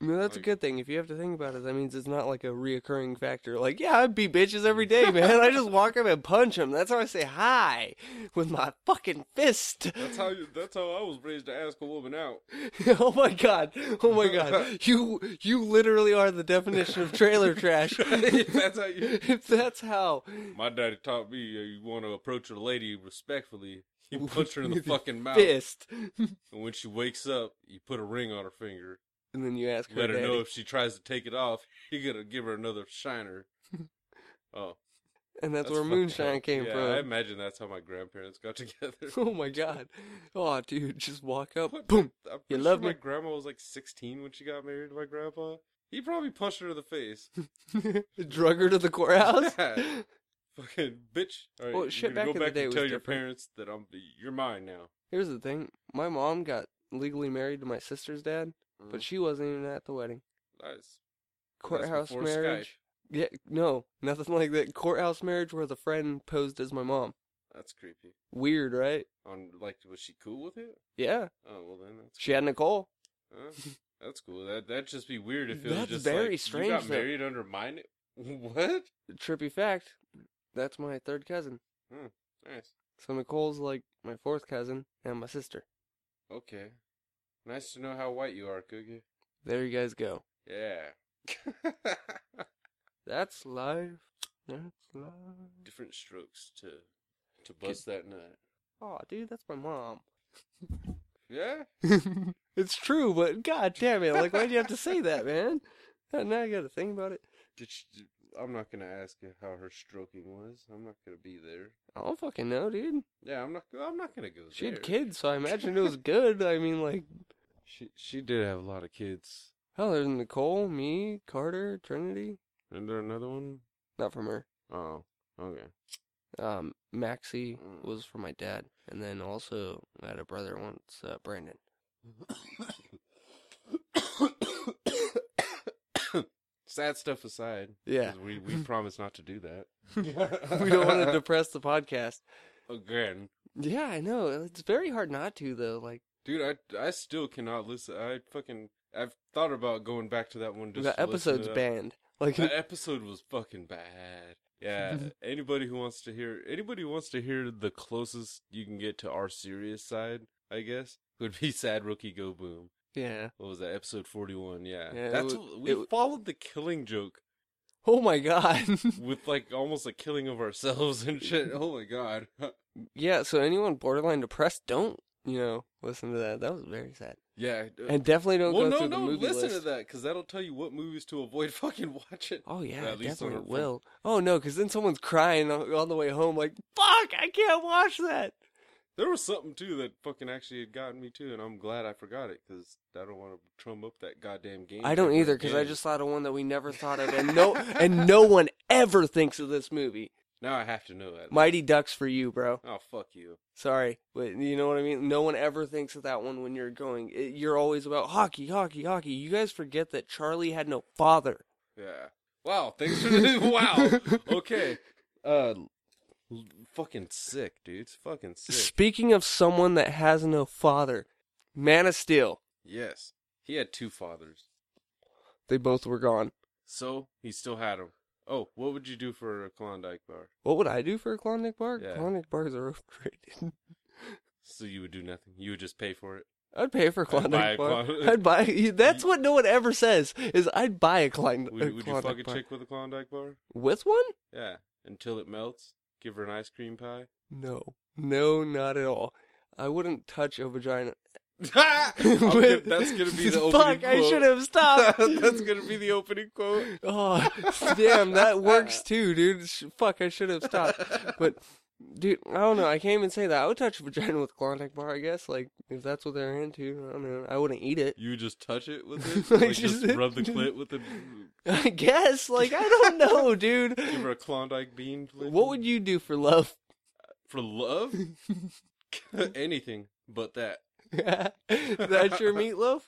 S1: I mean, that's a
S3: Like-
S1: good thing. If you have to think about it, that means it's not like a reoccurring factor. Like, yeah, I beat bitches every day, man. I just walk up and punch them. That's how I say hi with my fucking fist.
S3: That's how you, that's how I was raised to ask a woman out.
S1: oh my god. Oh my god. You you literally are the definition of trailer trash.
S3: that's how you.
S1: if that's how
S3: My daddy taught me uh, you want to approach a lady respectfully. You punch her in the
S1: With your
S3: fucking mouth,
S1: fist,
S3: and when she wakes up, you put a ring on her finger.
S1: and then you ask her,
S3: Let her know
S1: daddy.
S3: if she tries to take it off, you're gonna give her another shiner. Oh,
S1: and that's, where
S3: fucked up.
S1: moonshine came
S3: yeah,
S1: from.
S3: I imagine that's how my grandparents got together.
S1: Oh my god. Oh dude, just walk up.
S3: What?
S1: Boom.
S3: I'm
S1: You
S3: pretty
S1: love
S3: sure
S1: me?
S3: My grandma was like 16 when she got married to my grandpa. He probably punched her in the face.
S1: Drug her to the courthouse.
S3: Yeah. Fucking bitch! All right,
S1: Well,
S3: you're
S1: shit,
S3: gonna
S1: back in
S3: go
S1: the
S3: back
S1: day
S3: and
S1: was
S3: tell your
S1: different.
S3: parents that I'm you're mine now.
S1: Here's the thing. My mom got legally married to my sister's dad,
S3: Mm-hmm.
S1: but she wasn't even at the wedding.
S3: Mm. Nice.
S1: Courthouse
S3: Oh, before
S1: marriage. Yeah, no, nothing like that. Courthouse marriage where the friend posed as my mom.
S3: That's creepy.
S1: Weird, right?
S3: On like, was she cool with it?
S1: Yeah.
S3: Oh well, then that's
S1: She had Nicole.
S3: huh? that's cool. That that'd just be weird if it was
S1: That's
S3: just
S1: very
S3: like,
S1: strange,
S3: You got
S1: though.
S3: married under my na- what?
S1: Trippy fact. That's my third cousin.
S3: Nice.
S1: So Nicole's like my fourth cousin and my sister.
S3: Okay. Nice to know how white you are, Cookie.
S1: There you guys go.
S3: Yeah.
S1: That's life. That's life.
S3: Different strokes to to bust that nut.
S1: Oh, dude, that's my mom.
S3: Yeah.
S1: it's true, but god damn it, like why do you have to say that, man? Now I gotta think about it.
S3: Did she, I'm not gonna ask you how her stroking was. I'm not gonna be there.
S1: I don't fucking know, dude.
S3: Yeah, I'm not. I'm not gonna go
S1: She
S3: there.
S1: had kids, so I imagine it was good. I mean, like,
S3: She she did have a lot of kids.
S1: hell, there's Nicole, me, Carter, Trinity.
S3: Isn't there another one?
S1: Not from her.
S3: Oh, okay.
S1: Um, Maxie
S3: Mm.
S1: was from my dad, and then also I had a brother once, uh, Brandon.
S3: Sad stuff aside,
S1: Yeah,
S3: 'cause we we promise not to do that.
S1: we don't want to depress the podcast.
S3: again,
S1: Yeah, I know. It's very hard not to though. Like,
S3: dude. I I still cannot listen. I fucking I've thought about going back to that one. Just
S1: the
S3: to listen to
S1: episode's
S3: that.
S1: banned. Like,
S3: That episode was fucking bad. Yeah. anybody who wants to hear anybody who wants to hear the closest you can get to our serious side, I guess, would be Sad Rookie Go Boom.
S1: yeah.
S3: What was that? Episode forty-one. Yeah,
S1: Yeah, it
S3: that's
S1: wa-
S3: we
S1: it wa-
S3: followed the killing joke
S1: Oh my god.
S3: with like almost a killing of ourselves and shit. Oh my god.
S1: Yeah, so anyone borderline depressed, don't you know, listen to that. That was very sad.
S3: Yeah. Uh,
S1: And definitely don't
S3: well,
S1: go
S3: no,
S1: through
S3: no.
S1: the movie
S3: Listen
S1: list.
S3: to that because that'll tell you what movies to avoid fucking watching.
S1: Oh yeah,
S3: At least on
S1: definitely
S3: her
S1: it
S3: phone.
S1: will. Oh no, because then someone's crying on, on the way home, like "fuck, I can't watch that."
S3: There was something too that fucking actually had gotten me too, and I'm glad I forgot it because I don't want to trump up that goddamn game.
S1: I don't
S3: over
S1: either, because I
S3: again.
S1: just thought of one that we never thought of, and no, and no one ever thinks of this movie.
S3: now I have to know that.
S1: Mighty Ducks for you, bro.
S3: oh fuck you.
S1: Sorry, but you know what I mean. No one ever thinks of that one when you're going. It, you're always about hockey, hockey, hockey. You guys forget that Charlie had no father.
S3: Yeah. Wow. Thanks for the wow. Okay. Uh, l- fucking sick, dude. It's fucking sick.
S1: Speaking of someone that has no father, Man of Steel.
S3: Yes, he had two fathers,
S1: They both were gone.
S3: so he still had them. Oh, what would you do for a Klondike bar?
S1: What would I do for a Klondike bar?
S3: Yeah.
S1: Klondike bars are overrated.
S3: So you would do nothing. You would just pay for it.
S1: I'd pay for a
S3: I'd buy a
S1: Klondike bar.
S3: Klondike-
S1: I'd buy. That's what no one ever says. Is I'd buy a Klond-
S3: Would,
S1: a
S3: would you fuck a
S1: Klondike bar
S3: chick with a Klondike bar?
S1: with one.
S3: Yeah, until it melts. Give her an ice cream pie.
S1: No, no, not at all. I wouldn't touch a vagina.
S3: I'll give- that's gonna be the opening
S1: Fuck! I should
S3: quote.
S1: have stopped.
S3: that's gonna be the opening quote.
S1: Oh, damn, that works too, dude. Sh- Fuck, I should have stopped. But, dude, I don't know. I can't even say that. I would touch a vagina with Klondike bar, I guess. Like, if that's what they're into, I don't know. I wouldn't eat it.
S3: You would just touch it with it,
S1: Like,
S3: like just
S1: just-
S3: rub the clit with the.
S1: I guess. Like, I don't know, dude.
S3: Give her a Klondike bean. flick.
S1: What would you do for love?
S3: for love? Anything but that.
S1: that's your meatloaf?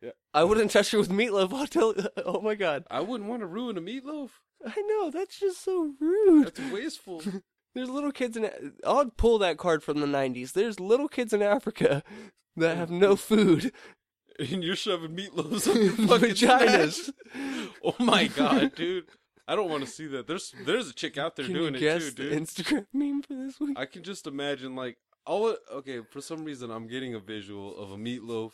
S3: Yeah.
S1: I wouldn't touch it with meatloaf. I'll tell. Oh my god.
S3: I wouldn't want to ruin a meatloaf.
S1: I know. That's just so rude.
S3: That's wasteful.
S1: There's little kids in. I'll pull that card from the 90s. There's little kids in Africa that have no food.
S3: and you're shoving meatloaves up your fucking
S1: Vaginas.
S3: smash. Oh my god, dude! I don't want to see that. There's there's a chick out there
S1: Can
S3: doing
S1: you
S3: it
S1: guess
S3: too,
S1: the
S3: dude.
S1: Instagram meme for this week?
S3: I can just imagine like all okay, for some reason I'm getting a visual of a meatloaf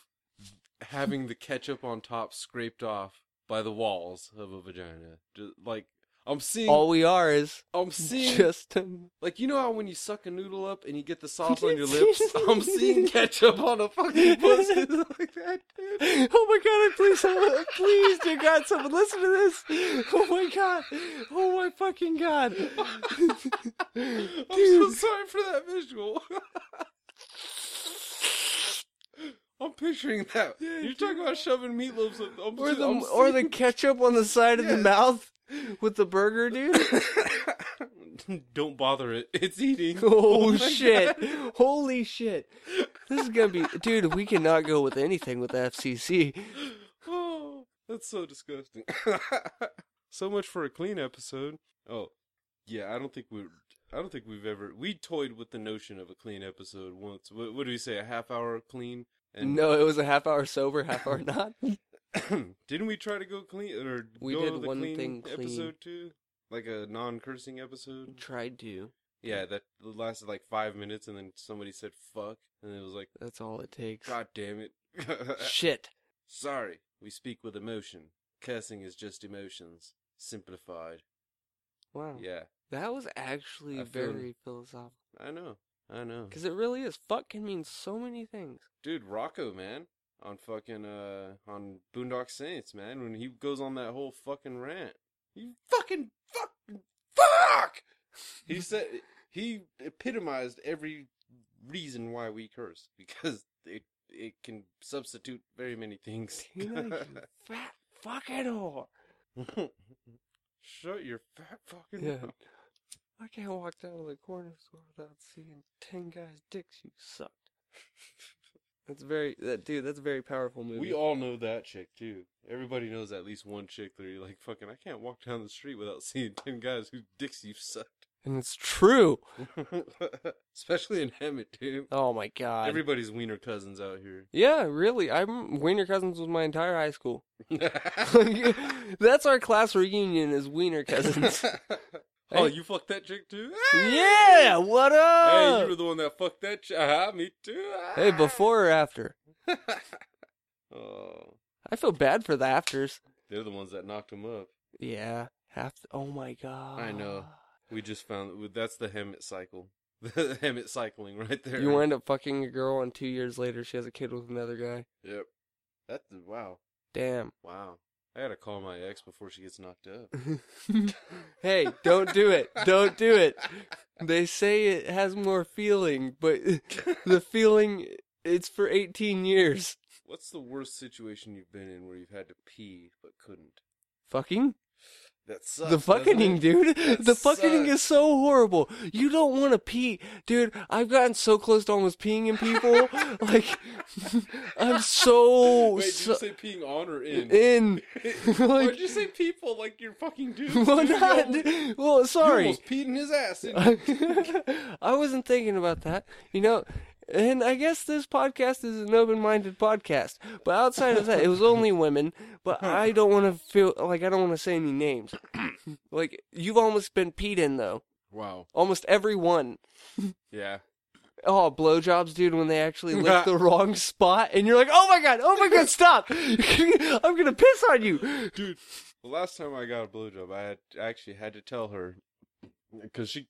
S3: having the ketchup on top scraped off by the walls of a vagina. Just, like I'm seeing
S1: All we are is
S3: I'm seeing
S1: just.
S3: like you know how when you suck a noodle up and you get the sauce on your
S1: Yes.
S3: lips? I'm seeing ketchup on a fucking pussy like that, dude.
S1: Oh my god! Please, someone, please, dear God, someone listen to this! Oh my god! Oh my fucking god!
S3: I'm so
S1: Dude.
S3: sorry for that visual. I'm picturing that.
S1: Yeah,
S3: You're
S1: dude.
S3: talking about shoving meatloaves. Up, I'm
S1: Or
S3: just-
S1: the
S3: I'm
S1: or the ketchup on the side of the
S3: Yes.
S1: mouth with the burger, dude.
S3: seeing- Don't bother it. It's eating.
S1: Oh,
S3: my
S1: shit!
S3: God.
S1: Holy shit! This is gonna be, dude. We cannot go with anything with the FCC.
S3: Oh, that's so disgusting. so much for a clean episode. Oh, yeah. I don't think we. I don't think we've ever. We toyed with the notion of a clean episode once. What, what do we say? A half hour clean.
S1: no, it was a half hour sober, half hour not.
S3: Didn't we try to go clean or
S1: We
S3: go
S1: did
S3: with a
S1: one
S3: clean
S1: thing clean.
S3: episode too? Like a non-cursing episode?
S1: Tried to.
S3: Yeah, that lasted like five minutes, and then somebody said "fuck," and it was like,
S1: That's all it takes.
S3: "God damn it!" Uh,
S1: Shit.
S3: Sorry, we speak with emotion. Cursing is just emotions simplified.
S1: Wow.
S3: Yeah,
S1: That was actually
S3: I feel-
S1: very philosophical.
S3: I know, I know,
S1: Because it really is. Fuck can mean so many things.
S3: dude. Rocco, man, on fucking uh, on Boondock Saints, man, when he goes on that whole fucking rant, you fucking fucking fuck. He said he epitomized every reason why we curse because it it can substitute very many things.
S1: Tina, you fat fucking whore.
S3: Shut your fat fucking
S1: Yeah.
S3: mouth.
S1: I can't walk down to the corner store without seeing ten guys' dicks you sucked. That's very that dude. That's a very powerful movie.
S3: We all know that chick too. Everybody knows at least one chick that you're like fucking. I can't walk down the street without seeing ten guys whose dicks you've sucked.
S1: and it's true.
S3: Especially in Hemet, dude.
S1: Oh my god.
S3: Everybody's wiener cousins out here.
S1: yeah, really. I'm Wiener Cousins was my entire high school. That's our class reunion is Wiener Cousins.
S3: oh,
S1: Hey.
S3: you fucked that chick too?
S1: yeah, what
S3: Hey,
S1: up?
S3: you were the one that fucked that chick. Ah, me too. Ah.
S1: hey, before or after?
S3: oh,
S1: I feel bad for the afters.
S3: they're the ones that knocked him up.
S1: Yeah, half. oh my god.
S3: know. We just found that's the Hemet cycle. the Hemet cycling right there.
S1: You wind up fucking a girl, and two years later, she has a kid with another guy.
S3: Yep. That's wow.
S1: Damn.
S3: Wow. I gotta call my ex before she gets knocked up.
S1: hey, don't do it. Don't do it. They say it has more feeling, but the feeling it's for 18 years.
S3: What's the worst situation you've been in where you've had to pee but couldn't?
S1: Fucking?
S3: That sucks.
S1: the fucking,
S3: doesn't it?
S1: dude.
S3: That
S1: the fucking
S3: sucks.
S1: is so horrible. You don't want to pee. Dude, I've gotten so close to almost peeing in people. like, I'm so.
S3: Wait,
S1: so-
S3: did you say peeing on or in?
S1: in.
S3: Why
S1: like,
S3: did you say people like you're fucking dudes?
S1: well,
S3: dude? You
S1: not,
S3: almost-
S1: well, sorry.
S3: You almost peed in his ass. didn't you?
S1: I wasn't thinking about that. You know, and I guess this podcast is an open-minded podcast. But outside of that, it was only women. But I don't want to feel like I don't want to say any names. like you've almost been peed in though.
S3: wow.
S1: Almost every one.
S3: Yeah.
S1: Oh, blowjobs, dude, when they actually lick the wrong spot, and you're like, oh my god, oh my god, stop! I'm gonna piss on you!
S3: dude. The last time I got a blowjob, I had I actually had to tell her because she,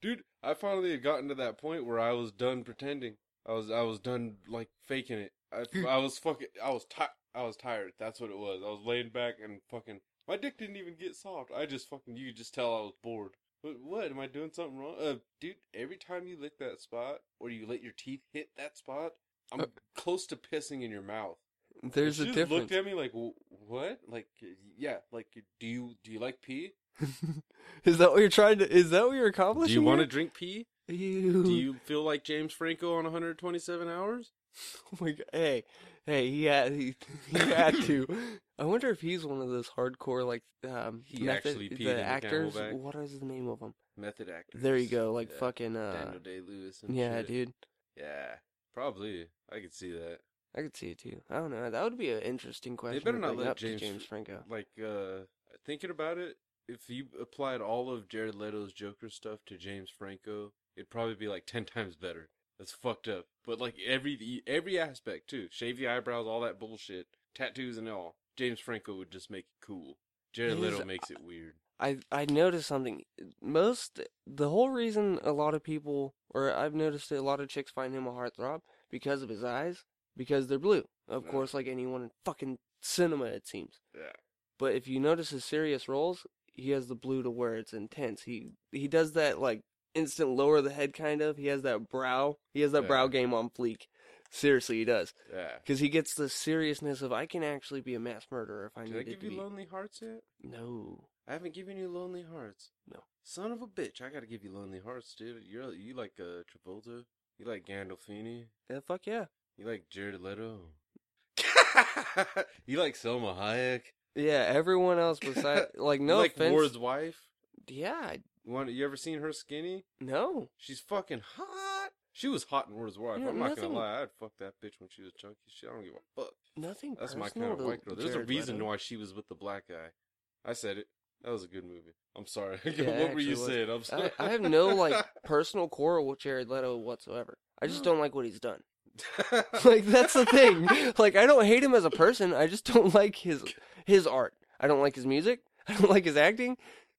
S3: dude, I finally had gotten to that point where I was done pretending. I was I was done like faking it. I I was fucking I was ti I was tired. That's what it was. I was laying back and fucking my dick didn't even get soft. I just fucking you could just tell I was bored. What, what am I doing something wrong? Uh, dude, every time you lick that spot or you let your teeth hit that spot, I'm
S1: Uh.
S3: close to pissing in your mouth.
S1: There's
S3: And
S1: a
S3: she just
S1: difference.
S3: Looked at me like, "Wh- what? Like, yeah, like, do you do you like pee?
S1: is that what you're trying to? Is that what you're accomplishing?
S3: wanna
S1: here?
S3: drink pee?
S1: Ew.
S3: feel like James Franco on 127 hours?
S1: Oh my god! Hey, hey, he had he, he had to. I wonder if he's one of those hardcore like um
S3: He actually peed in
S1: the
S3: the
S1: actors.
S3: Camelback.
S1: What is the name of them?
S3: Method actor.
S1: There you go, like
S3: Yeah.
S1: fucking uh,
S3: Daniel Day Lewis. And
S1: yeah,
S3: shit.
S1: dude.
S3: Yeah, probably. I could see that.
S1: I could see it too. I don't know. That would be an interesting question.
S3: better
S1: to
S3: not
S1: bring
S3: let
S1: up
S3: James-
S1: to James Franco.
S3: Like, uh, thinking about it, if you applied all of Jared Leto's Joker stuff to James Franco, it'd probably be like ten times better. That's fucked up. But like every e, every aspect too, shave the eyebrows, all that bullshit, tattoos and all. James Franco would just make it cool. Jared
S1: His-
S3: Leto makes it weird.
S1: I I noticed something. Most the whole reason a lot of people, or I've noticed that a lot of chicks find him a heartthrob because of his eyes, because they're blue. Of
S3: Yeah.
S1: course, like anyone in fucking cinema, it seems.
S3: Yeah.
S1: But if you notice his serious roles, he has the blue to where it's intense. He he does that like instant lower the head kind of. He has that brow. He has that
S3: Yeah.
S1: brow game on fleek. Seriously, he does
S3: Yeah.
S1: because he gets the seriousness of I can actually be a mass murderer if I
S3: Did I
S1: needed
S3: give
S1: to
S3: you
S1: be.
S3: lonely hearts yet?
S1: no,
S3: I haven't given you lonely hearts.
S1: No.
S3: Son of a bitch, I gotta give you lonely hearts, dude. You're you like uh Travolta. You like Gandolfini.
S1: yeah, Uh, fuck yeah,
S3: You like Jared Leto? you like Selma Hayek?
S1: yeah. Everyone else besides like
S3: you
S1: no
S3: like
S1: offense.
S3: Ward's wife?
S1: Yeah, I-
S3: One, you ever seen her skinny?
S1: no.
S3: She's fucking hot. She was hot in Ward's wife.
S1: You know,
S3: I'm not
S1: nothing-
S3: gonna lie, I'd fuck that bitch when she was chunky. Shit, I don't give a fuck.
S1: Nothing
S3: That's my
S1: personal
S3: kind of
S1: to
S3: white girl. There's
S1: Jared
S3: a reason
S1: Leto.
S3: why she was with the black guy. I said it. That was a good movie. I'm sorry.
S1: Yeah, it
S3: what were you
S1: actually was.
S3: saying? I'm
S1: I,
S3: sorry.
S1: I have no like personal quarrel with Jared Leto whatsoever. I just don't like what he's done. like that's the thing. Like I don't hate him as a person. I just don't like his his art. I don't like his music. I don't like his acting.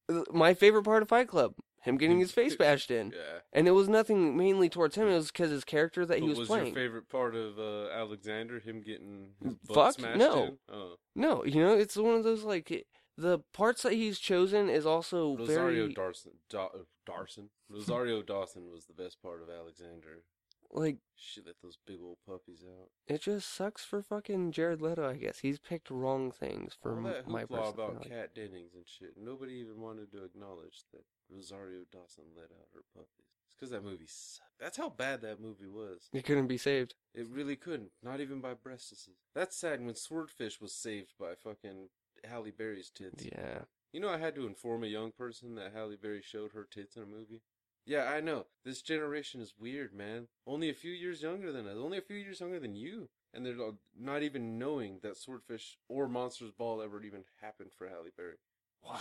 S1: Uh, My favorite part of Fight Club, him getting his face bashed in,
S3: yeah.
S1: and it was nothing mainly towards him. It was because his character that he
S3: What
S1: was,
S3: was your
S1: playing.
S3: favorite part of uh, Alexander? Him getting his butt
S1: Fuck,
S3: smashed
S1: no.
S3: in? Oh.
S1: no, you know, it's one of those like the parts that he's chosen is also
S3: Rosario
S1: very
S3: Dawson. Da- uh, Dawson. Rosario Dawson was the best part of Alexander.
S1: like
S3: She let those big old puppies out.
S1: it just sucks for fucking Jared Leto. I guess he's picked wrong things for
S3: All
S1: m-
S3: that
S1: my
S3: hoopla
S1: personal.
S3: about
S1: like-
S3: Cat Dennings and shit. Nobody even wanted to acknowledge that Rosario Dawson let out her puppies. It's because that movie sucked. That's how bad that movie was.
S1: It couldn't be saved.
S3: It really couldn't. Not even by breastises. That's sad when Swordfish was saved by fucking Halle Berry's tits.
S1: Yeah.
S3: You know, I had to inform a young person that Halle Berry showed her tits in a movie. Yeah, I know. This generation is weird, man. Only a few years younger than us. Only a few years younger than you. And they're not- not even knowing that Swordfish or Monsters Ball ever even happened for Halle Berry.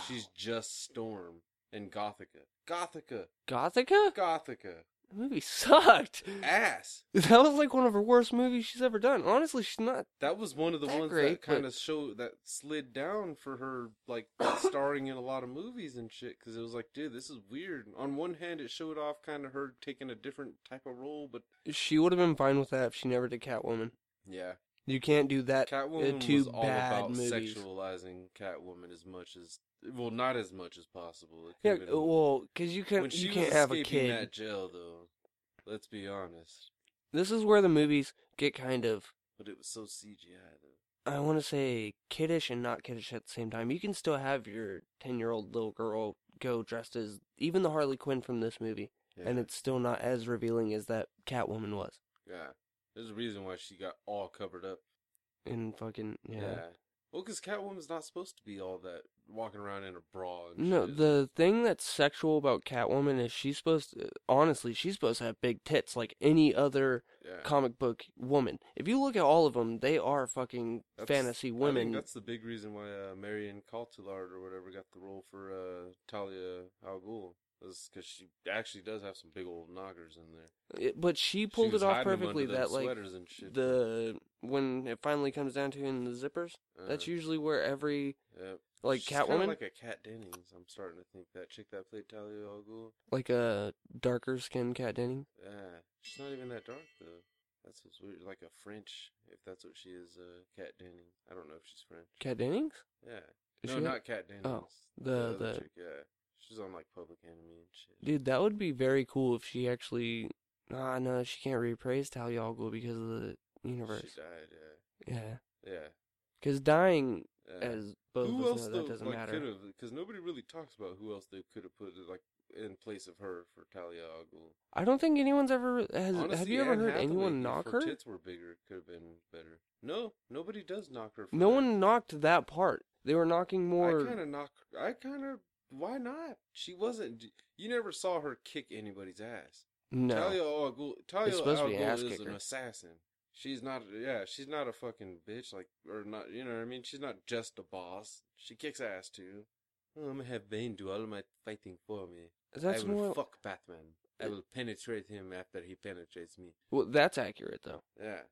S3: She's just Storm and Gothica. Gothica!
S1: Gothica?
S3: Gothica!
S1: The movie sucked.
S3: Ass.
S1: That was like one of her worst movies she's ever done. Honestly, she's not.
S3: That was one of the
S1: That
S3: ones
S1: great,
S3: that kind of show that slid down for her, like starring in a lot of movies and shit. Because it was like, dude, this is weird. On one hand, it showed off kind of her taking a different type of role, but
S1: She would have been fine with that if she never did Catwoman.
S3: yeah,
S1: You can't do that.
S3: Catwoman
S1: two
S3: was all
S1: bad
S3: about
S1: movies.
S3: sexualizing Catwoman as much as, well, not as much as possible. It
S1: Yeah,
S3: could've been-
S1: well, because you
S3: when
S1: can't.
S3: she
S1: You can't
S3: was
S1: have a
S3: escaping
S1: kid.
S3: that jail, though. Let's be honest,
S1: This is where the movies get kind of.
S3: but it was so CGI though.
S1: I want to say kiddish and not kiddish at the same time. You can still have your ten-year-old little girl go dressed as even the Harley Quinn from this movie,
S3: Yeah.
S1: and it's still not as revealing as that Catwoman was.
S3: yeah, there's a reason why she got all covered up.
S1: And fucking yeah.
S3: Well, because Catwoman's not supposed to be all that walking around in a bra. And
S1: No,
S3: shit.
S1: the thing that's sexual about Catwoman is she's supposed to, honestly, she's supposed to have big tits like any other
S3: yeah.
S1: comic book woman. If you look at all of them, they are fucking
S3: That's-
S1: fantasy
S3: I think
S1: women.
S3: that's the big reason why uh, Marion Cotillard or whatever got the role for uh, Talia al Ghul. Because she actually does have some big old knockers in there.
S1: It- eh, but she
S3: She
S1: pulled
S3: was
S1: it off
S3: hiding 'em
S1: perfectly
S3: under them
S1: that like
S3: sweaters and shit.
S1: the when it finally comes down to it in the zippers,
S3: Uh,
S1: that's usually where every
S3: yeah.
S1: like
S3: She's kinda
S1: Catwoman, like
S3: like a Cat Dennings. I'm starting to think that chick that played Talia al Ghul.
S1: a, uh, darker skinned Cat Denning.
S3: Yeah, Uh, she's not even that dark though. That's what's weird. Like a French, if that's what she is. Uh, Cat Dennings. I don't know if she's French.
S1: Cat Dennings?
S3: Yeah.
S1: Is
S3: no,
S1: she- Oh,
S3: not Cat Dennings.
S1: the-
S3: other
S1: the-
S3: chick, yeah. She's on like Public Enemy and shit.
S1: Dude, that would be very cool if she actually. Ah, no, she can't repraise Talia al Ghul because of the universe.
S3: She died. Yeah.
S1: Yeah,
S3: Yeah.
S1: because dying
S3: yeah.
S1: as both of
S3: who
S1: us
S3: else
S1: know,
S3: though?
S1: that doesn't
S3: like,
S1: matter.
S3: could have? Because nobody really talks about who else they could have put like in place of her for Talia al Ghul.
S1: I don't think anyone's ever has.
S3: Honestly,
S1: have you ever
S3: Anne
S1: heard
S3: Hathaway,
S1: anyone
S3: if
S1: knock
S3: her,
S1: her?
S3: Tits were bigger. Could have been better. No, nobody does knock her. For
S1: No
S3: that.
S1: one knocked that part. They were knocking more.
S3: I kind of knock. I kind of. Why not? She wasn't. You never saw her kick anybody's ass.
S1: no,
S3: Talia al Ghul. Talia
S1: It's supposed
S3: al
S1: to be an ass
S3: Ghul is
S1: kicker.
S3: an assassin. She's not. Yeah, she's not a fucking bitch. Like or not. You know what I mean? She's not just a boss. She kicks ass too. Oh, I'm gonna have Bane do all my fighting for me.
S1: that's
S3: I will
S1: more.
S3: fuck Batman. I will penetrate him after he penetrates me.
S1: Well, that's accurate though.
S3: Yeah.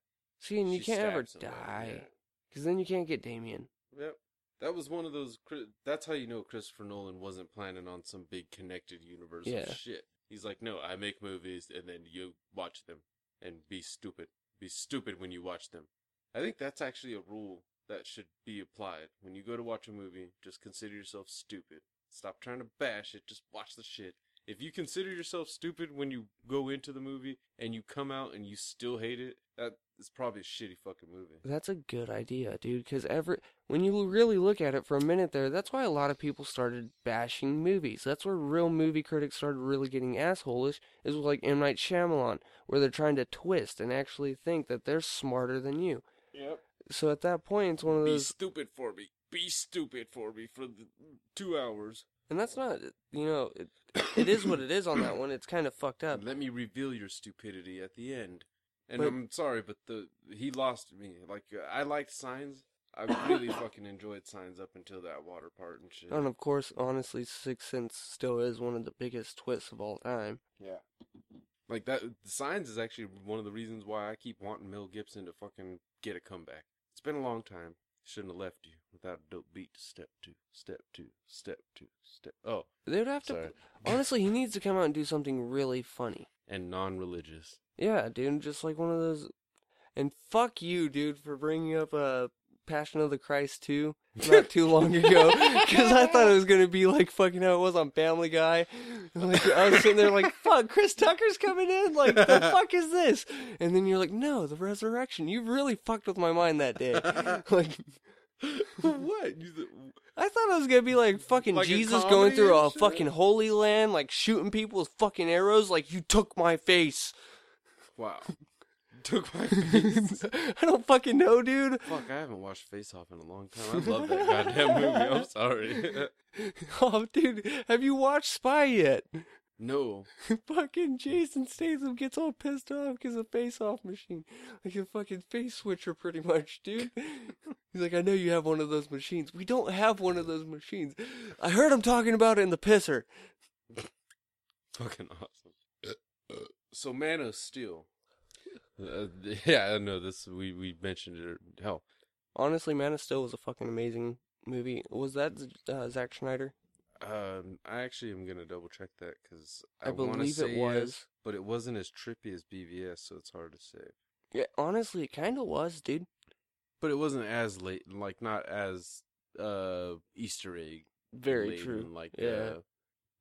S1: See, and you
S3: She
S1: can't ever
S3: stabs somebody,
S1: die
S3: yeah.
S1: because then you can't get Damien.
S3: Yep. That was one of those. cri- That's how you know Christopher Nolan wasn't planning on some big connected universe of
S1: Yeah.
S3: shit. He's like, no, I make movies and then you watch them and be stupid. Be stupid when you watch them. I think that's actually a rule that should be applied. When you go to watch a movie, just consider yourself stupid. Stop trying to bash it, just watch the shit. If you consider yourself stupid when you go into the movie and you come out and you still hate it, that is probably a shitty fucking movie.
S1: That's a good idea, dude. Because every when you really look at it for a minute there, that's why a lot of people started bashing movies. That's where real movie critics started really getting assholish. Is with like M Night Shyamalan, where they're trying to twist and actually think that they're smarter than you.
S3: Yep.
S1: So at that point, it's one of
S3: Be
S1: those,
S3: stupid for me. Be stupid for me for the two hours.
S1: and that's not, you know, it, it is what it is on that one. It's kind of fucked up.
S3: And let me reveal your stupidity at the end. And
S1: But-
S3: I'm sorry, but the he lost me. Like I liked Signs. I really fucking enjoyed Signs up until that water part and shit.
S1: And of course, honestly, Sixth Sense still is one of the biggest twists of all time.
S3: Yeah. Like that, Signs is actually one of the reasons why I keep wanting Mel Gibson to fucking get a comeback. It's been a long time. Shouldn't have left you without a dope beat to step two, step two, step two, step. Oh,
S1: They would have to.
S3: sorry.
S1: Honestly, he needs to come out and do something really funny.
S3: And non-religious.
S1: Yeah, dude, just like one of those. And fuck you, dude, for bringing up uh, Passion of the Christ 2 not too long ago. Because I thought it was going to be like fucking how it was on Family Guy. Like, I was sitting there like, fuck, Chris Tucker's coming in. Like, the fuck is this? And then you're like, no, the resurrection. You really fucked with my mind that day. Like,
S3: what? You th-
S1: I thought I was gonna be like fucking
S3: Like a
S1: Jesus
S3: comedy
S1: going through
S3: and
S1: a
S3: shit?
S1: fucking holy land, like shooting people with fucking arrows, like you took my face.
S3: wow. Took my face.
S1: I don't fucking know, dude.
S3: Fuck, I haven't watched Face Off in a long time. I love that goddamn movie. I'm sorry.
S1: Oh, dude, have you watched Spy yet?
S3: no.
S1: fucking Jason Statham gets all pissed off because of face-off machine, like a fucking face switcher, pretty much, dude. He's like, I know you have one of those machines. We don't have one of those machines. I heard him talking about it in the pisser.
S3: Fucking awesome. so Man of Steel. Uh, yeah, I know this. We we mentioned it. Hell,
S1: Honestly, Man of Steel was a fucking amazing movie. Was that uh, Zack Schneider?
S3: um, I actually am gonna double check that because
S1: I,
S3: I, wanna
S1: believe
S3: say
S1: it
S3: yes,
S1: was.
S3: but it wasn't as trippy as BVS, so it's hard to say.
S1: Yeah, honestly, it kind of was, dude.
S3: But it wasn't as late, like not as uh Easter egg.
S1: Very
S3: laden,
S1: true.
S3: Like
S1: Yeah.
S3: uh,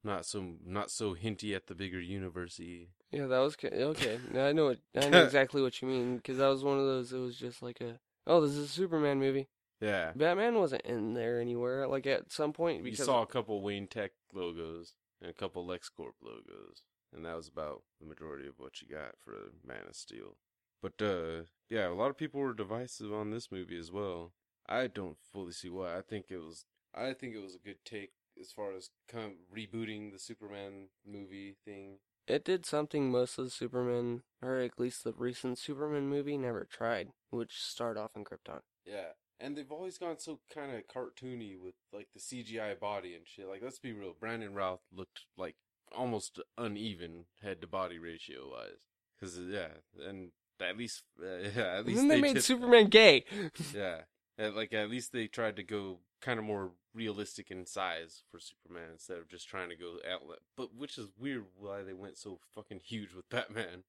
S3: not so not so hinty at the bigger university.
S1: Yeah, that was ki- okay. Now I know what, I know exactly what you mean because that was one of those. It was just like a oh, this is a Superman movie.
S3: Yeah,
S1: Batman wasn't in there anywhere. Like at some point,
S3: you
S1: because
S3: saw a couple Wayne Tech logos and a couple LexCorp logos, and that was about the majority of what you got for Man of Steel. But uh, yeah, a lot of people were divisive on this movie as well. I don't fully see why. I think it was I think it was a good take as far as kind of rebooting the Superman movie thing.
S1: it did something most of the Superman, or at least the recent Superman movie, never tried, which started off in Krypton.
S3: Yeah. And they've always gone so kind of cartoony with like the CGI body and shit. Like, let's be real, Brandon Routh looked like almost uneven head to body ratio wise. Cause yeah, and at least uh, yeah, at
S1: And
S3: least
S1: then they, made
S3: did-
S1: Superman gay.
S3: Yeah, And, like at least they tried to go kind of more realistic in size for Superman instead of just trying to go outlet. But which is weird why they went so fucking huge with Batman.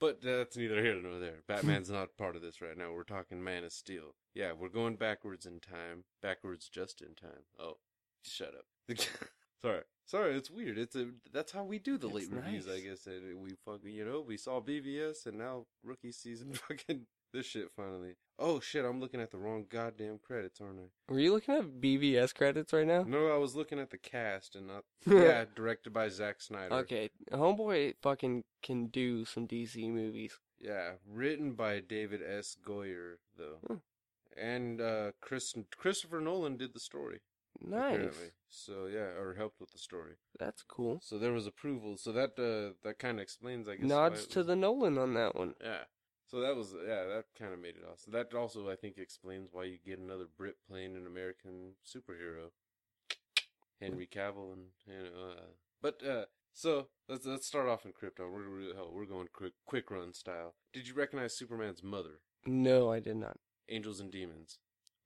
S3: But that's neither here nor there. Batman's not part of this right now. We're talking Man of Steel. Yeah, we're going backwards in time. Backwards just in time. Oh, shut up. Sorry. Sorry, it's weird. It's a that's how we do the
S1: It's
S3: late reviews, I
S1: nice.
S3: guess. And we fucking you know, we saw BVS and now rookie season fucking this shit finally. Oh shit, I'm looking at the wrong goddamn credits, aren't I?
S1: Were you looking at BVS credits right now?
S3: No, I was looking at the cast and not Yeah, directed by Zack Snyder.
S1: Okay, homeboy fucking can do some DC movies.
S3: Yeah, written by David S. Goyer though.
S1: Hmm.
S3: And uh Chris Christopher Nolan did the story.
S1: Nice,
S3: apparently. So yeah, or helped with the story.
S1: that's cool.
S3: So there was approval. So that uh that kind of explains I guess why
S1: Nods
S3: it
S1: to
S3: was-
S1: the Nolan on that one.
S3: Yeah. So that was yeah, that kind of made it awesome. That also I think explains why you get another Brit playing an American superhero, Henry Cavill, and you know. Uh, but uh, so let's let's start off in Krypton. We're we're- hell, we're going quick quick run style. Did you recognize Superman's mother,
S1: No, I did not.
S3: Angels and Demons?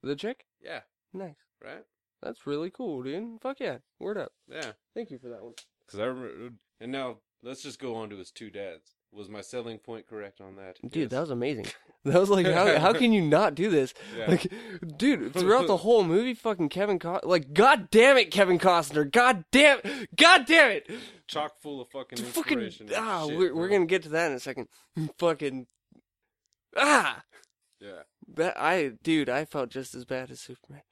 S1: The chick?
S3: Yeah.
S1: Nice.
S3: Right.
S1: That's really cool, dude. Fuck yeah. Word up.
S3: Yeah.
S1: Thank you for that one.
S3: Because I remember. And now let's just go on to his two dads. Was my selling point correct on that?
S1: Dude,
S3: Yes.
S1: that was amazing. That was like, how, how can you not do this?
S3: Yeah.
S1: Like, dude, throughout the whole movie, fucking Kevin Costner, like, god damn it, Kevin Costner, god damn, god damn it,
S3: chock full of fucking
S1: fucking,
S3: inspiration. and
S1: ah,
S3: shit,
S1: we're, we're
S3: bro.
S1: gonna get to that in a second, fucking, ah,
S3: yeah.
S1: That I, dude, I felt just as bad as Superman.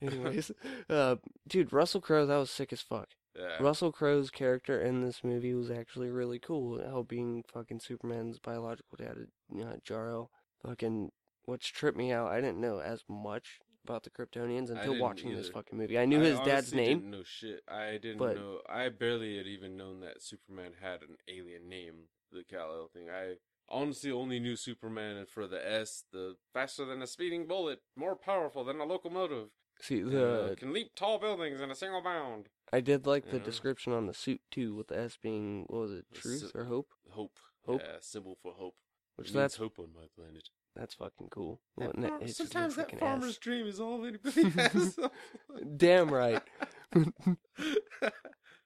S1: Anyways, uh, dude, Russell Crowe, that was sick as fuck.
S3: Yeah.
S1: Russell Crowe's character in this movie was actually really cool. How being fucking Superman's biological dad, uh, Jaro, fucking, what's tripped me out, I didn't know as much about the Kryptonians until
S3: didn't
S1: watching this
S3: either.
S1: fucking movie. I knew his dad's
S3: honestly
S1: name.
S3: Didn't know shit. I didn't
S1: but-
S3: know. I barely had even known that Superman had an alien name. The Kal El thing. I honestly only knew Superman for the S, the faster than a speeding bullet, more powerful than a locomotive,
S1: See,
S3: and,
S1: the
S3: uh, can leap tall buildings in a single bound.
S1: I did like the
S3: Yeah.
S1: description on the suit too, with the S being what was it,
S3: The
S1: truth
S3: suit.
S1: or hope?
S3: Hope.
S1: Hope.
S3: Yeah, symbol for hope.
S1: Which
S3: It means
S1: that's
S3: hope on my planet.
S1: that's fucking cool.
S3: That
S1: Wouldn't it?
S3: farm-
S1: It's just a
S3: sometimes that
S1: freaking
S3: farmer's
S1: S.
S3: dream is all anybody has.
S1: Damn right.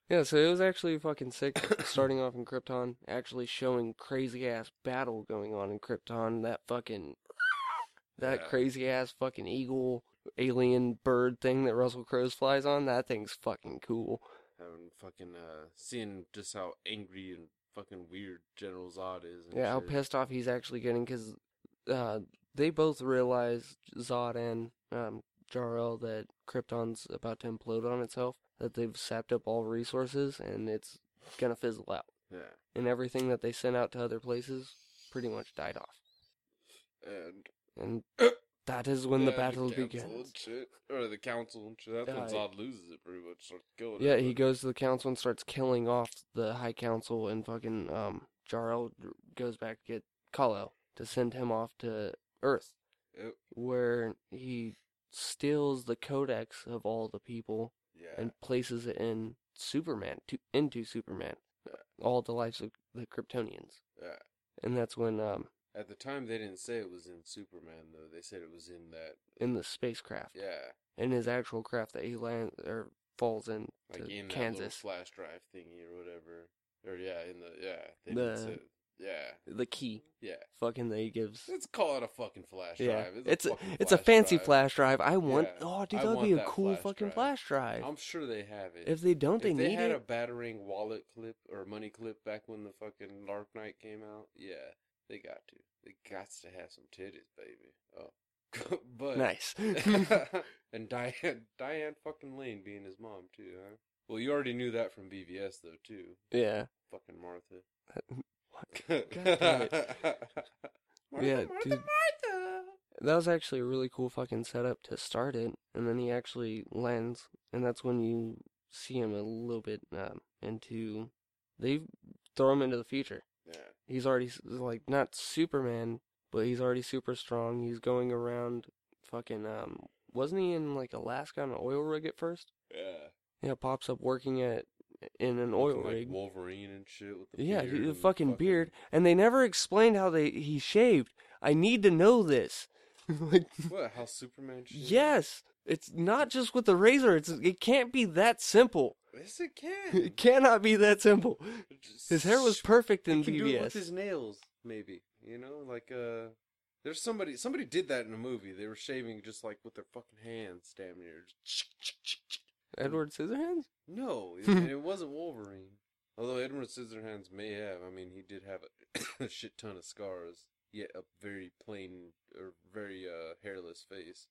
S1: Yeah, so it was actually fucking sick starting off in Krypton, actually showing crazy ass battle going on in Krypton. That fucking that
S3: Yeah.
S1: crazy ass fucking eagle alien bird thing that Russell Crowe's flies on, that thing's fucking cool.
S3: having fucking uh seeing just how angry and fucking weird General Zod is. And
S1: Yeah, how
S3: shit.
S1: pissed off he's actually getting cuz uh they both realize Zod and um Jor-El that Krypton's about to implode on itself, that they've sapped up all resources and it's going to fizzle out.
S3: Yeah,
S1: and everything that they sent out to other places pretty much died off.
S3: and
S1: And that is when the
S3: yeah,
S1: battle
S3: council
S1: begins.
S3: and shit, or the council and shit. That's when
S1: Yeah,
S3: Zod loses it, pretty much. Starts killing
S1: Yeah, he
S3: everybody.
S1: goes to the council and starts killing off the High Council, and fucking um, Jarl goes back to get Kal-El to send him off to Earth,
S3: Yep.
S1: where he steals the codex of all the people
S3: Yeah,
S1: and places it in Superman to, into Superman. all the lives of the Kryptonians,
S3: Uh,
S1: and that's when um
S3: at the time, they didn't say it was in Superman though. They said it was in that.
S1: in the spacecraft,
S3: Yeah,
S1: in his actual craft that he lands or falls in
S3: like
S1: to
S3: in that little
S1: Kansas,
S3: flash drive thingy or whatever. Or yeah, in the yeah. They didn't
S1: The- E
S3: say, yeah,
S1: the key
S3: yeah.
S1: fucking that he gives.
S3: Let's call it a fucking flash
S1: Yeah,
S3: drive.
S1: it's a,
S3: fucking
S1: it's a fancy
S3: drive.
S1: flash drive. I want
S3: Yeah,
S1: oh dude,
S3: I
S1: that'd
S3: want
S1: be a
S3: that
S1: cool
S3: flash
S1: fucking
S3: drive.
S1: flash drive.
S3: I'm sure they have it.
S1: if they don't,
S3: If
S1: they, need
S3: had
S1: it.
S3: a battering wallet clip or money clip back when the fucking Dark Knight came out, yeah, they got to. They got to have some titties, baby. Oh, but
S1: nice.
S3: and Diane Diane fucking Lane being his mom too, huh? Well, you already knew that from BVS though too.
S1: yeah.
S3: Fucking Martha.
S1: God damn it.
S3: Martha,
S1: Yeah,
S3: Martha,
S1: dude.
S3: Martha.
S1: That was actually a really cool fucking setup to start it, and then he actually lands, and that's when you see him a little bit um, into. They throw him into the future.
S3: Yeah,
S1: He's already s- like not Superman, but he's already super strong. He's going around, fucking um. Wasn't he in like Alaska on an oil rig at first?
S3: yeah.
S1: Yeah, pops up working at in an oil
S3: Looking like
S1: rig.
S3: Wolverine and shit with the
S1: Yeah,
S3: beard
S1: the
S3: and
S1: fucking, beard, and they never explained how they he shaved. I need to know this. like,
S3: What? How Superman? shaved?
S1: yes, it's not just with the razor. It's it can't be that simple.
S3: Yes, it can.
S1: It cannot be that simple. His hair was perfect in
S3: He can do it with
S1: BBS.
S3: his nails, maybe. You know, like uh, there's somebody. Somebody did that in a movie. They were shaving just like with their fucking hands, damn near.
S1: Edward Scissorhands.
S3: No, it, and it wasn't Wolverine. Although Edward Scissorhands may have. I mean, he did have a, a shit ton of scars. Yet a very plain or very uh, hairless face.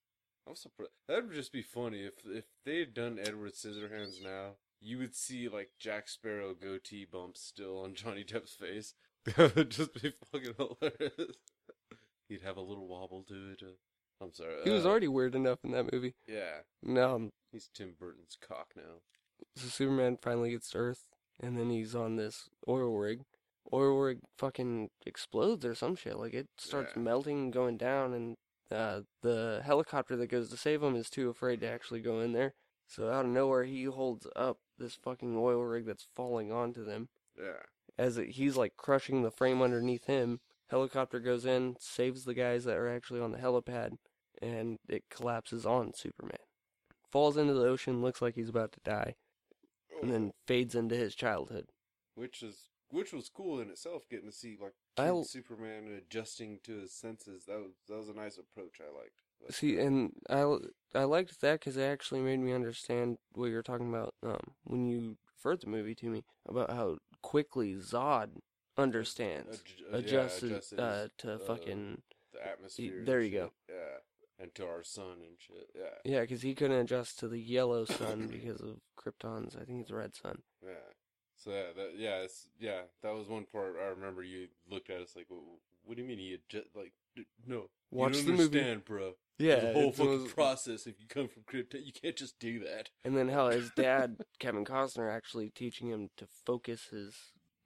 S3: I'm surprised. That would just be funny if if they had done Edward Scissorhands now. You would see like Jack Sparrow goatee bumps still on Johnny Depp's face. That would just be fucking hilarious. He'd have a little wobble to it. uh, I'm sorry.
S1: He was
S3: uh,
S1: already weird enough in that movie.
S3: Yeah,
S1: No, um,
S3: he's Tim Burton's cock now.
S1: so Superman finally gets to Earth, and then he's on this oil rig. Oil rig fucking explodes or some shit. Like it starts
S3: Yeah.
S1: melting and going down, and uh, the helicopter that goes to save him is too afraid to actually go in there. So out of nowhere, he holds up this fucking oil rig that's falling onto them
S3: Yeah.
S1: as it, he's like crushing the frame underneath him. Helicopter goes in, saves the guys that are actually on the helipad, and it collapses on Superman. Falls into the ocean, looks like he's about to die and then fades into his childhood.
S3: which is which was cool in itself. Getting to see like
S1: I
S3: kid
S1: l-
S3: Superman adjusting to his senses that was that was a nice approach. I liked. uh, Like,
S1: See, and I I liked that because it actually made me understand what you were talking about um, when you referred the movie to me about how quickly Zod understands
S3: adj- yeah,
S1: adjusted,
S3: adjusted
S1: uh,
S3: his-
S1: to
S3: uh,
S1: fucking
S3: the atmosphere. and
S1: there you
S3: shit.
S1: go.
S3: Yeah, and to our sun and shit. Yeah,
S1: yeah because he couldn't adjust to the yellow sun because of Krypton's I think it's red sun.
S3: yeah. So yeah, that, yeah, it's, yeah. That was one part I remember. You looked at us like, what, what do you mean he adjust? Like, d- no,
S1: Watch
S3: you
S1: the
S3: don't
S1: movie,
S3: understand, bro.
S1: yeah,
S3: the whole
S1: it's
S3: fucking
S1: those-
S3: process. If you come from Krypton, you can't just do that.
S1: and then how his dad Kevin Costner actually teaching him to focus his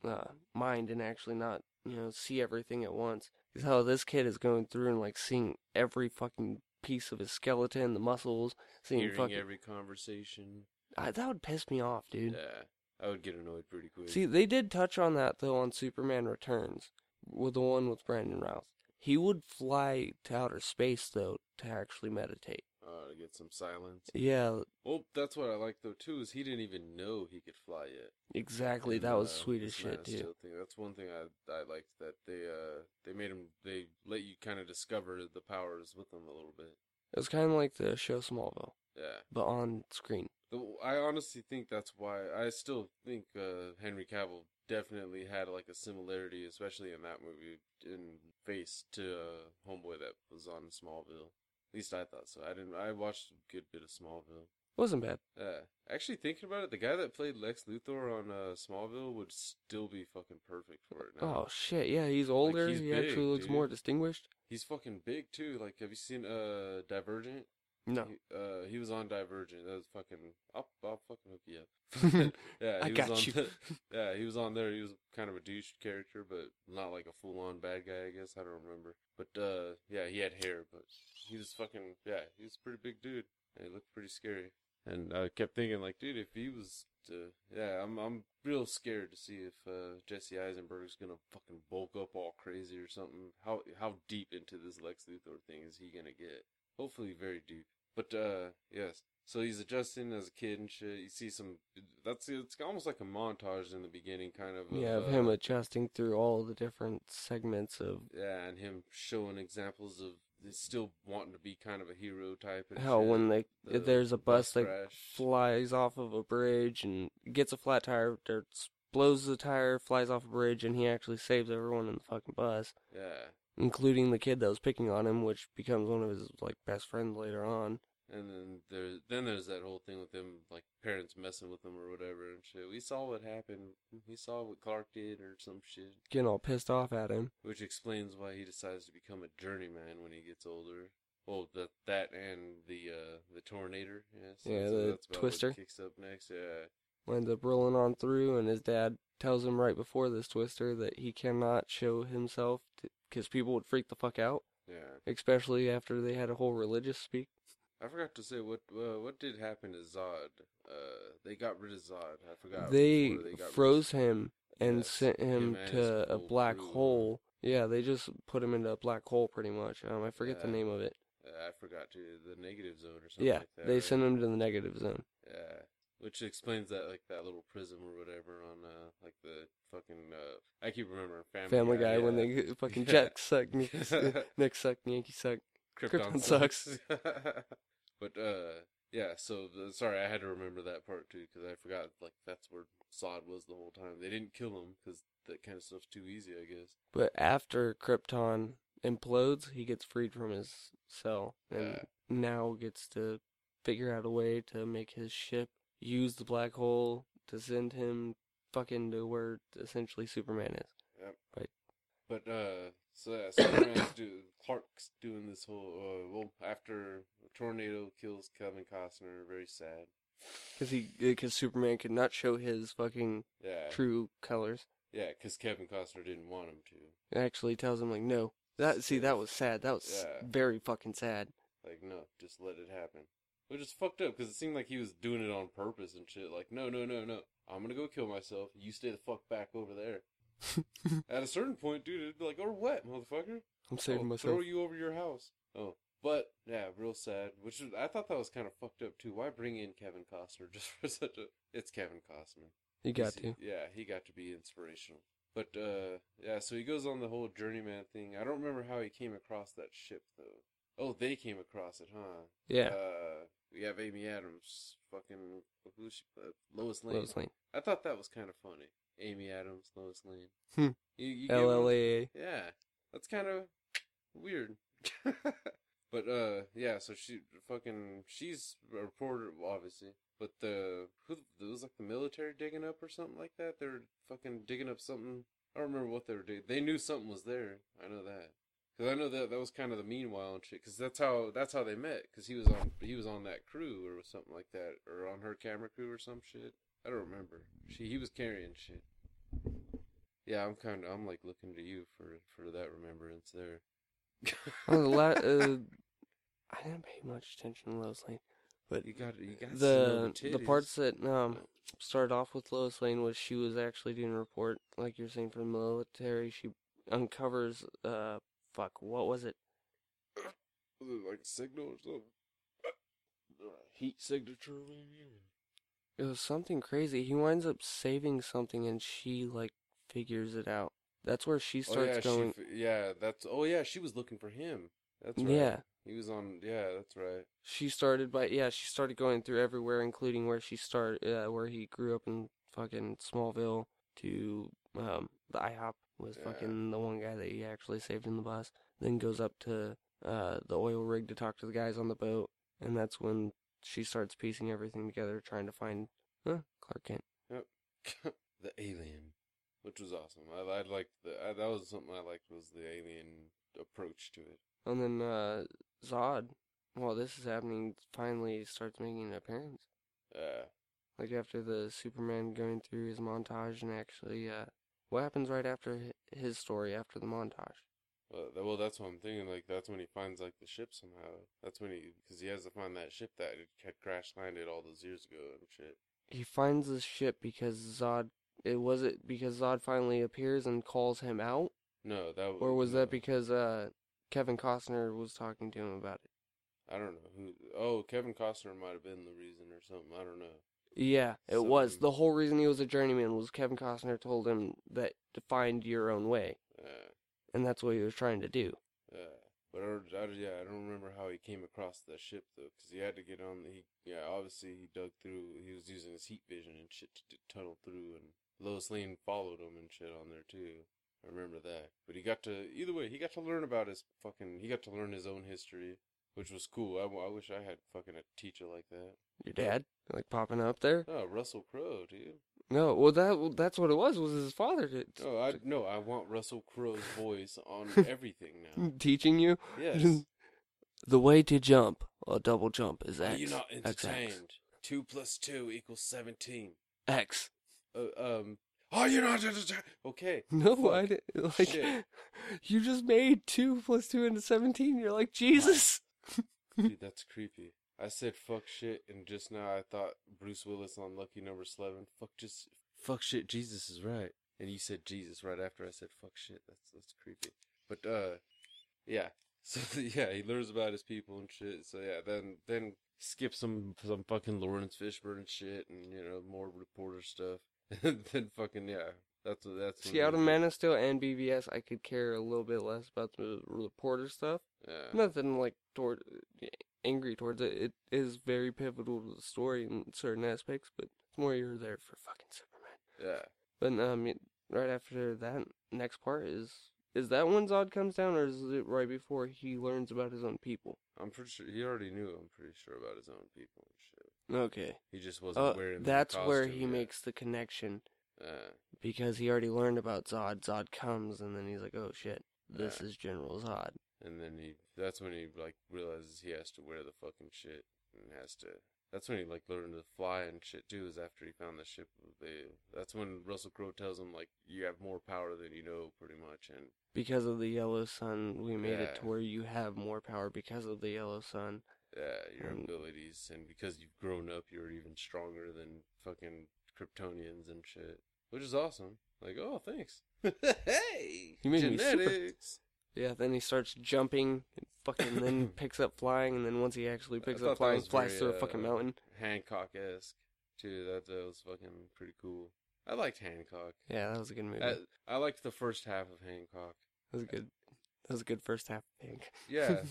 S1: uh, mind and actually not you know see everything at once is how this kid is going through and like seeing every fucking piece of his skeleton, the muscles, seeing
S3: Hearing
S1: fucking
S3: every conversation.
S1: I, that would piss me off, dude.
S3: Yeah, I would get annoyed pretty quick.
S1: See, they did touch on that though on Superman Returns with the one with Brandon Routh. He would fly to outer space though to actually meditate.
S3: uh, to get some silence.
S1: Yeah,
S3: Well, that's what I like though too is he didn't even know he could fly yet.
S1: exactly.
S3: And,
S1: That was
S3: uh,
S1: sweet as
S3: this Man
S1: shit,
S3: of
S1: dude.
S3: Steel thing. That's one thing I I liked that they uh they made him they let you kind of discover the powers with him a little bit.
S1: It was kind of like the show Smallville.
S3: Yeah,
S1: but on screen.
S3: The- I honestly think that's why I still think uh, Henry Cavill definitely had like a similarity, especially in that movie, in face to uh, Homeboy that was on Smallville. At least I thought so. I didn't. I watched a good bit of Smallville.
S1: It wasn't bad.
S3: Uh, actually, thinking about it, the guy that played Lex Luthor on uh, Smallville would still be fucking perfect for it now.
S1: Oh shit, yeah, he's older.
S3: he's
S1: he
S3: big,
S1: actually looks more
S3: dude.
S1: distinguished.
S3: He's fucking big too. Like, have you seen uh Divergent?
S1: No,
S3: He, uh, he was on Divergent. That was fucking. I'll, I'll fucking hook you up. yeah, he
S1: I
S3: was
S1: got
S3: on
S1: you.
S3: the- yeah, he was on there. He was kind of a douche character, but not like a full on bad guy. I guess I don't remember. But uh, yeah, he had hair, but he was fucking. Yeah, he was a pretty big dude. And he looked pretty scary. And I kept thinking, like, dude, if he was, to, yeah, I'm, I'm real scared to see if uh, Jesse Eisenberg's gonna fucking bulk up all crazy or something. How, how deep into this Lex Luthor thing is he gonna get? Hopefully, very deep. But uh, yes. So he's adjusting as a kid and shit. You see some. That's it's almost like a montage in the beginning, kind of. uh,
S1: Yeah,
S3: of
S1: of him adjusting through all the different segments of
S3: yeah, and him showing examples of still wanting to be kind of a hero type. And
S1: how
S3: shit.
S1: when they
S3: The
S1: if there's a bus that
S3: crash.
S1: flies off of a bridge and gets a flat tire, or blows the tire, flies off a bridge, and he actually saves everyone in the fucking bus,
S3: Yeah,
S1: including the kid that was picking on him, which becomes one of his like best friends later on.
S3: and then there's then there's that whole thing with them like parents messing with them or whatever and shit. We saw what happened. We saw what Clark did or some shit,
S1: Getting all pissed off at him.
S3: which explains why he decides to become a journeyman when he gets older. Well, that that and the uh the tornado. Yeah, so
S1: Yeah,
S3: that's,
S1: the
S3: that's about
S1: twister.
S3: What kicks up next. Yeah.
S1: Ends up rolling on through, and his dad tells him right before this twister that he cannot show himself because people would freak the fuck out,
S3: Yeah,
S1: especially after they had a whole religious speak.
S3: I forgot to say what uh, what did happen to Zod. Uh, they got rid of Zod. I forgot.
S1: they,
S3: before got rid of-
S1: froze him and
S3: Yes,
S1: sent him
S3: and his
S1: to a
S3: whole
S1: black
S3: crew.
S1: hole. Yeah, they just put him into a black hole pretty much. Um, I forget the
S3: Yeah.
S1: name of it.
S3: Uh, I forgot to the negative zone or something.
S1: yeah,
S3: like that,
S1: they
S3: right?
S1: sent him to the negative zone.
S3: Yeah, which explains that like that little prism or whatever on uh like the fucking uh I keep remembering Family,
S1: Family Guy when
S3: yeah.
S1: they get fucking
S3: Yeah.
S1: Jack suck, Nick suck, Yankee suck. Krypton
S3: but uh, yeah. So the, sorry, I had to remember that part too because I forgot. Like that's where Sod was the whole time. They didn't kill him because that kind of stuff's too easy, I guess.
S1: But after Krypton implodes, he gets freed from his cell and
S3: Yeah.
S1: now gets to figure out a way to make his ship use the black hole to send him fucking to where essentially Superman is.
S3: But uh, so yeah, Superman's do Clark's doing this whole uh, well after a tornado kills Kevin Costner, very sad.
S1: Because he, because Superman could not show his fucking
S3: Yeah,
S1: true colors.
S3: yeah, because Kevin Costner didn't want him to.
S1: It actually tells him like, no. That see, that was sad. That was
S3: Yeah.
S1: very fucking sad.
S3: Like, no, just let it happen. Which is fucked up because it seemed like he was doing it on purpose and shit. Like, no, no, no, no, I'm gonna go kill myself. You stay the fuck back over there. At a certain point, dude, it'd be like, or what, motherfucker?
S1: I'm saving
S3: I'll
S1: myself.
S3: Throw you over your house. Oh, but yeah, real sad. Which is, I thought that was kind of fucked up too. Why bring in Kevin Costner just for such a? It's Kevin Costner.
S1: You got
S3: He's-
S1: to.
S3: Yeah, he got to be inspirational. But uh, yeah, so he goes on the whole journeyman thing. I don't remember how he came across that ship though. Oh, they came across it, huh?
S1: Yeah.
S3: Uh, we have Amy Adams, fucking who's she, uh, Lois Lane.
S1: Lois Lane.
S3: I thought that was kind of funny. Amy Adams, Lois Lane.
S1: Hmm.
S3: You, you get what I'm
S1: LLA.
S3: yeah, that's kind of weird. but uh, yeah. So she fucking she's a reporter, well, obviously. But the who it was like the military digging up or something like that. They're fucking digging up something. I don't remember what they were digging. They knew something was there. I know that because I know that that was kind of the meanwhile and shit. Because that's how that's how they met. Because he was on he was on that crew or something like that, or on her camera crew or some shit. I don't remember. She he was carrying shit. Yeah, I'm kind of I'm like looking to you for for that remembrance there.
S1: Oh, the la- uh, I didn't pay much attention to Lois Lane, but
S3: you got you got to know
S1: the the
S3: titties.
S1: parts that um started off with Lois Lane was she was actually doing a report, like you're saying, for the military. She uncovers uh fuck, what was it?
S3: Was it like a signal or something. Uh, Heat signature, maybe.
S1: It was something crazy. He winds up saving something, and she like figures it out. That's where she
S3: Oh
S1: starts
S3: yeah,
S1: going.
S3: she, f- yeah, that's oh yeah, she was looking for him. That's right.
S1: Yeah,
S3: he was on. Yeah, that's right.
S1: she started by yeah. She started going through everywhere, including where she start uh, where he grew up in fucking Smallville to um the IHOP was
S3: Yeah.
S1: fucking the one guy that he actually saved in the bus. Then goes up to uh the oil rig to talk to the guys on the boat, and that's when she starts piecing everything together, trying to find huh, Clark Kent.
S3: the alien, which was awesome. I I liked the I, that was something I liked was the alien approach to it.
S1: And then uh, Zod, while this is happening, finally starts making an appearance.
S3: Uh,
S1: Like after the Superman going through his montage and actually, uh, what happens right after hi- his story after the montage?
S3: Well, th- well, that's what I'm thinking. Like, that's when he finds like the ship somehow. That's when he, because he has to find that ship that had crash landed all those years ago and shit.
S1: He finds this ship because Zod. It was it because Zod finally appears and calls him out,
S3: No, that was.
S1: or was
S3: no.
S1: that because uh, Kevin Costner was talking to him about it?
S3: I don't know who. Oh, Kevin Costner might have been the reason or something. I don't know.
S1: Yeah, it was.
S3: Something-
S1: The whole reason he was a journeyman was Kevin Costner told him that to find your own way,
S3: Uh,
S1: and that's what he was trying to do.
S3: uh, but I don't, I, don't- yeah, I don't remember how he came across that ship though, because he had to get on. The, he yeah, obviously he dug through. He was using his heat vision and shit to, to tunnel through, and Lois Lane followed him and shit on there too. I remember that. But he got to either way. He got to learn about his fucking. He got to learn his own history, which was cool. I, w- I wish I had fucking a teacher like that.
S1: Your dad, like popping up there.
S3: Oh, Russell Crowe, dude.
S1: No, well that that's what it was. Was his father t-
S3: Oh, I no, I want Russell Crowe's voice on everything now.
S1: teaching you
S3: Yes.
S1: the way to jump? A double jump is
S3: Are
S1: X.
S3: you not
S1: X, X,
S3: entertained? Two plus two equals seventeen.
S1: X.
S3: Uh, um. Are you not entertained? Okay.
S1: No,
S3: Fuck.
S1: I didn't. Like,
S3: Shit.
S1: you just made two plus two into seventeen. You're like Jesus.
S3: Dude, that's creepy. I said fuck shit, and just now I thought Bruce Willis on Lucky Number Eleven. Fuck just fuck shit. Jesus is right, and you said Jesus right after I said fuck shit. That's that's creepy. But uh, yeah. So yeah, he learns about his people and shit. So yeah, then then skip some some fucking Lawrence Fishburne shit, and you know more reporter stuff. and then fucking yeah, that's what that's. when
S1: See, out of
S3: we-
S1: Man of Steel and BVS, I could care a little bit less about the reporter stuff.
S3: Yeah.
S1: Nothing like toward eh, angry towards it. It is very pivotal to the story in certain aspects, but it's more you're there for fucking Superman.
S3: Yeah.
S1: But um, it- right after that next part is is that when Zod comes down, or is it right before he learns about his own people?
S3: I'm pretty sure he already knew. I'm pretty sure about his own people and shit.
S1: Okay,
S3: He just wasn't
S1: uh,
S3: wearing. the
S1: that's where
S3: costume
S1: he
S3: yet.
S1: makes the connection
S3: Uh,
S1: because he already learned about Zod. Zod comes, and then he's like, "Oh shit, this
S3: Yeah.
S1: is General Zod."
S3: and then he. That's when he like realizes he has to wear the fucking shit and has to. That's when he like learned to fly and shit too. Is after he found the ship. They, that's when Russell Crowe tells him like you have more power than you know, pretty much. And
S1: Because of the yellow sun, we made it to
S3: Yeah.
S1: where you have more power because of the yellow sun.
S3: uh, your
S1: Um,
S3: abilities, and because you've grown up, you're even stronger than fucking Kryptonians and shit, which is awesome. Like, oh, thanks. hey,
S1: You made me super-
S3: genetics.
S1: Yeah, then he starts jumping, and fucking then picks up flying, and then once he actually
S3: I
S1: picks
S3: thought
S1: up
S3: that
S1: flying,
S3: was
S1: flies
S3: very,
S1: through a
S3: uh,
S1: fucking mountain.
S3: Hancock esque too. That that was fucking pretty cool. I liked Hancock.
S1: Yeah, that was a good movie.
S3: I, I liked the first half of Hancock.
S1: That was good. That was a good first half, I think.
S3: Yeah.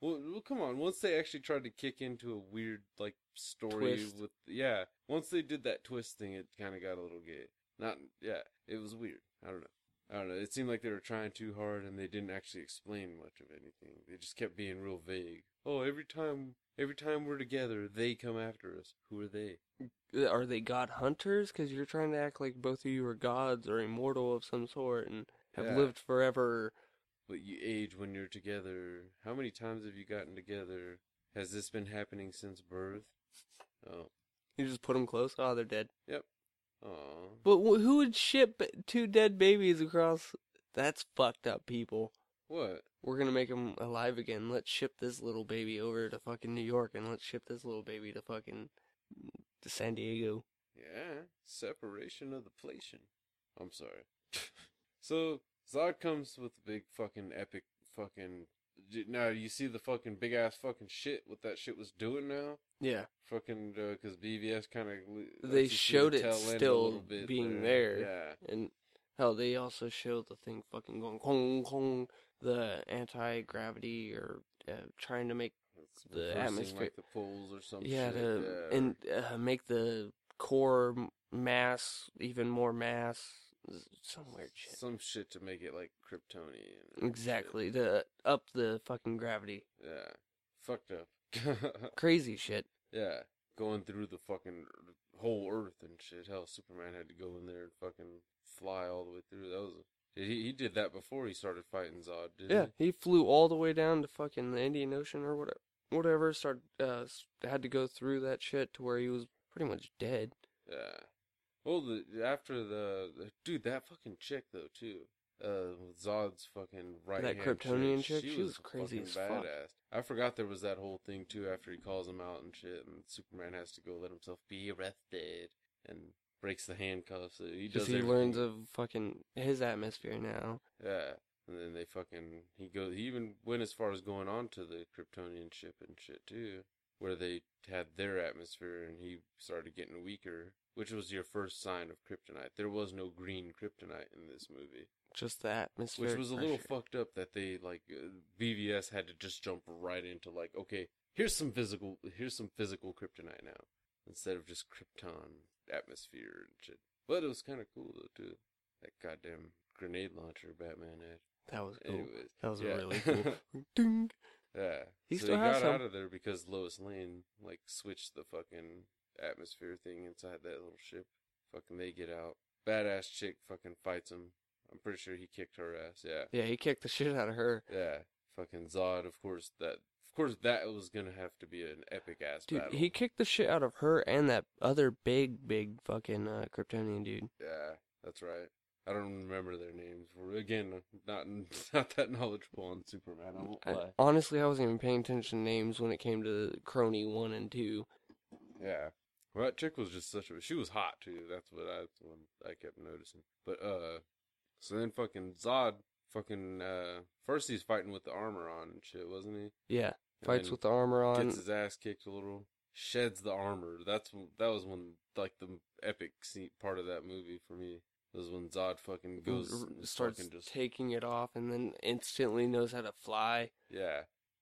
S3: well, well, come on. Once they actually tried to kick into a weird like story
S1: Twist.
S3: with yeah. Once they did that twist thing, it kind of got a little gay. Not yeah. It was weird. I don't know. I don't know. It seemed like they were trying too hard, and they didn't actually explain much of anything. They just kept being real vague. Oh, every time, every time we're together, they come after us. Who are they?
S1: Uh, Are they god hunters? Because you're trying to act like both of you are gods or immortal of some sort and have
S3: Yeah.
S1: lived forever.
S3: But you age when you're together. How many times have you gotten together? Has this been happening since birth? Oh,
S1: You just put them close. Oh, they're dead.
S3: oh.
S1: But wh- who would ship two dead babies across? That's fucked up, people.
S3: What?
S1: We're gonna make them alive again. Let's ship this little baby over to fucking New York, and let's ship this little baby to fucking to San Diego.
S3: Yeah, separation of the plation. I'm sorry. so Zod comes with a big fucking epic fucking. d- Now you see the fucking big ass fucking shit. What that shit was doing now.
S1: Yeah,
S3: Fucking uh, because BVS kind of
S1: They showed it still being there.
S3: Yeah.
S1: and hell, they also show the thing fucking going kong kong, the anti gravity or uh, trying to make
S3: It's
S1: The
S3: reversing,
S1: atmosphere-
S3: like the poles or some
S1: yeah
S3: shit.
S1: to
S3: yeah.
S1: and uh, make the core m- mass even more mass some weird shit.
S3: some shit to make it like Kryptonian. or
S1: Exactly to up the fucking gravity,
S3: shit. Yeah, fucked up.
S1: crazy shit.
S3: yeah, going through the fucking whole Earth and shit. Hell, Superman had to go in there and fucking fly all the way through. That was he. He did that before he started fighting Zod. Didn't
S1: Yeah, he flew all the way down to fucking the Indian Ocean or whatever. Whatever, started uh, s- had to go through that shit to where he was pretty much dead.
S3: he? Yeah. Well, the after the, the dude that fucking chick though too. uh, Zod's fucking right
S1: That
S3: hand
S1: Kryptonian chick,
S3: She,
S1: she
S3: was,
S1: was crazy
S3: fucking
S1: as fuck.
S3: badass. I forgot there was that whole thing too. After he calls him out and shit, and Superman has to go let himself be arrested and breaks the handcuffs. So he does.
S1: Because he
S3: everything.
S1: learns of fucking his atmosphere now.
S3: Yeah, and then they fucking he goes. He even went as far as going on to the Kryptonian ship and shit too, where they had their atmosphere, and he started getting weaker, which was your first sign of kryptonite. There was no green kryptonite in this movie.
S1: Just the atmosphere.
S3: Which was a little
S1: pressure.
S3: fucked up that they like uh, BVS had to just jump right into like okay here's some physical here's some physical kryptonite now instead of just krypton atmosphere and shit. But it was kind of cool though too. That goddamn grenade launcher Batman had.
S1: That was cool.
S3: Anyways,
S1: Oh, That was
S3: yeah.
S1: really cool. Ding.
S3: yeah.
S1: He
S3: so
S1: still
S3: he
S1: has
S3: got
S1: some.
S3: out of there because Lois Lane like switched the fucking atmosphere thing inside that little ship. Fucking they get out. Badass chick fucking fights him. I'm pretty sure he kicked her ass. Yeah.
S1: Yeah, he kicked the shit out of her.
S3: Yeah, fucking Zod. Of course that. Of course that was gonna have to be an epic ass
S1: Dude,
S3: battle.
S1: he kicked the shit out of her and that other big, big fucking uh, Kryptonian dude.
S3: yeah, that's right. I don't remember their names. We're- Again, not not that knowledgeable on Superman. I won't
S1: I-
S3: lie.
S1: honestly, I wasn't even paying attention to names when it came to Crony 1 and 2.
S3: Yeah. Well, that chick was just such a. She was hot too. That's what I that's what I kept noticing. But uh, so then fucking Zod, fucking uh, first he's fighting with the armor on and shit, wasn't he?
S1: Yeah,
S3: And
S1: fights
S3: then-
S1: with the armor on.
S3: gets his ass kicked a little, sheds the armor. That's when- that was when like the epic scene, part of that movie for me was when Zod fucking goes
S1: r-
S3: and
S1: starts
S3: fucking just
S1: taking it off and then instantly knows how to fly.
S3: yeah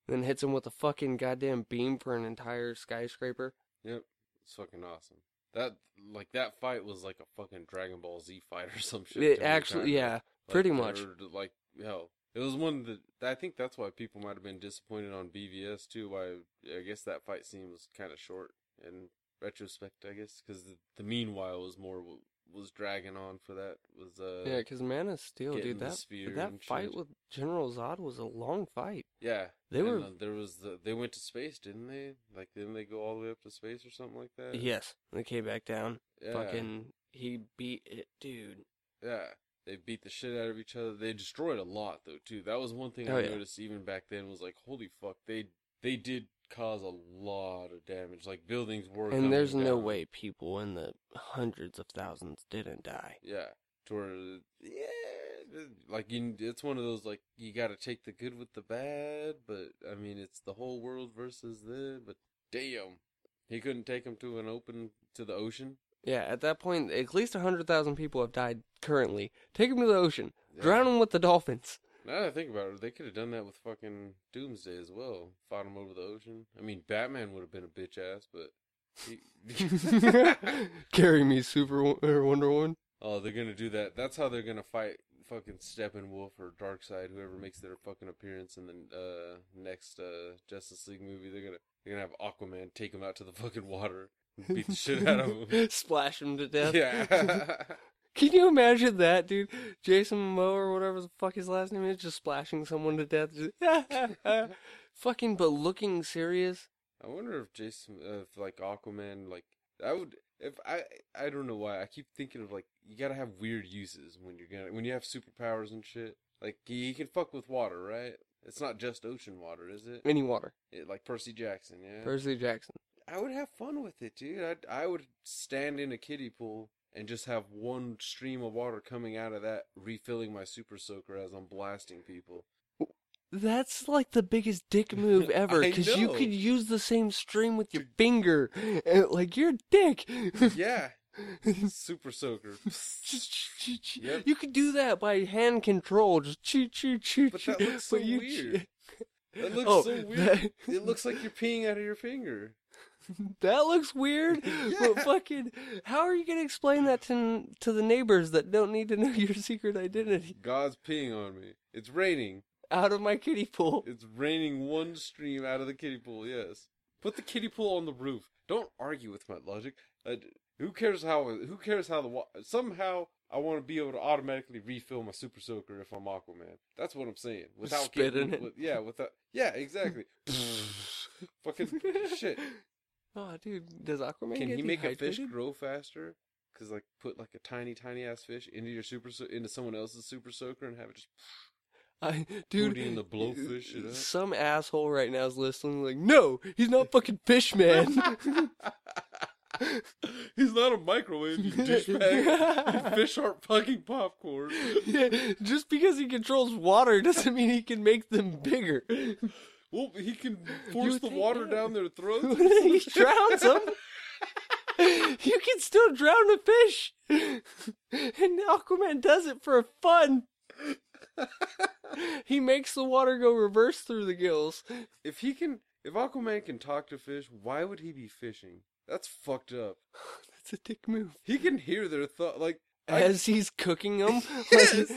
S1: Then hits him with a fucking goddamn beam for an entire skyscraper.
S3: yep it's fucking awesome. That like that fight was like a fucking Dragon Ball Z fight or some shit.
S1: It
S3: to me,
S1: actually,
S3: kinda.
S1: yeah,
S3: Like,
S1: pretty
S3: they
S1: much.
S3: were, like hell. It was one that I think that's why people might have been disappointed on BVS too. Why I guess that fight scene was kind of short in retrospect. I guess because the, the meanwhile was more what was dragging on for that was uh
S1: Yeah, because Man of Steel,
S3: getting
S1: dude,
S3: the
S1: that
S3: spear
S1: that
S3: and
S1: fight
S3: shit.
S1: with General Zod was a long fight.
S3: Yeah,
S1: They
S3: and,
S1: were-
S3: uh, there was the, they went to space, didn't they? Like didn't they go all the way up to space or something like that?
S1: Yes, they came back down.
S3: yeah,
S1: Fucking, he beat it, dude.
S3: yeah. They beat the shit out of each other. They destroyed a lot though too. That was one thing
S1: Oh,
S3: I
S1: yeah.
S3: noticed even back then was like, holy fuck, they they did cause a lot of damage. Like buildings were coming
S1: And there's no
S3: down.
S1: way people in the hundreds of thousands didn't die.
S3: Yeah, to where yeah, like you, it's one of those like you got to take the good with the bad. But I mean, it's the whole world versus the. But damn, he couldn't take him to an open to the ocean.
S1: Yeah, at that point, at least a 100,000 people have died currently. Take them to the ocean.
S3: Yeah.
S1: Drown them with the dolphins.
S3: Now that I think about it, they could have done that with fucking Doomsday as well. Fought him over the ocean. I mean, Batman would have been a bitch ass, but. He...
S1: Carry me, Super Wo- or Wonder Woman.
S3: Oh, they're gonna do that. That's how they're gonna fight fucking Steppenwolf or Darkseid, whoever makes their fucking appearance in the uh, next uh, Justice League movie. They're gonna they're gonna have Aquaman take him out to the fucking water, and beat the shit out of him.
S1: Splash them to death.
S3: Yeah,
S1: Can you imagine that, dude? Jason Momoa or whatever the fuck his last name is, just splashing someone to death. Just fucking, but looking serious.
S3: I wonder if Jason, uh, if like Aquaman, like I would. If I, I don't know why I keep thinking of like you gotta have weird uses when you're gonna when you have superpowers and shit. Like he, he can fuck with water, right? It's not just ocean water, is it?
S1: Any water.
S3: it like Percy Jackson, yeah.
S1: Percy Jackson.
S3: I would have fun with it, dude. I'd, I would stand in a kiddie pool and just have one stream of water coming out of that, refilling my super soaker as I'm blasting people.
S1: That's like the biggest dick move ever,
S3: I
S1: because you
S3: know.
S1: could use the same stream with your finger. and, Like, you're a dick.
S3: Yeah, super soaker. Yep.
S1: You could do that by hand control, just choo choo choo.
S3: But
S1: choo,
S3: that looks so
S1: you-
S3: weird. That looks
S1: Oh,
S3: so weird.
S1: that-
S3: It looks like you're peeing out of your finger.
S1: That looks weird, but
S3: Yeah.
S1: fucking, how are you gonna explain that to to the neighbors that don't need to know your secret identity?
S3: God's peeing on me. It's raining.
S1: Out of my kiddie pool.
S3: It's raining one stream out of the kiddie pool. Yes. Put the kiddie pool on the roof. Don't argue with my logic. Uh, who cares how? Who cares how the wa- somehow I want to be able to automatically refill my super soaker if I'm Aquaman. That's what I'm saying. Without
S1: Spit
S3: getting-
S1: in it.
S3: with- yeah, without yeah, exactly. Fucking shit.
S1: Oh, dude, does Aquaman
S3: Can
S1: get
S3: he make a fish
S1: dehydrated?
S3: grow faster? Cause like put like a tiny tiny ass fish into your super so- into someone else's super soaker and have it just
S1: I, dude,
S3: Hootie and the Blowfish and that.
S1: Some asshole right now is listening, like, no, he's not fucking fish man.
S3: He's not a microwave, you douchebag. Fish aren't fucking popcorn.
S1: Yeah, just because he controls water doesn't mean he can make them bigger.
S3: Well, he can
S1: You
S3: force
S1: would
S3: the
S1: think
S3: water
S1: not.
S3: down their throats.
S1: he drowns them. you can still drown a fish, and Aquaman does it for fun. he makes the water go reverse through the gills.
S3: If he can, if Aquaman can talk to fish, why would he be fishing? That's fucked up.
S1: That's a dick move.
S3: He can hear their thought. Like, I-
S1: As he's cooking them,
S3: Yes.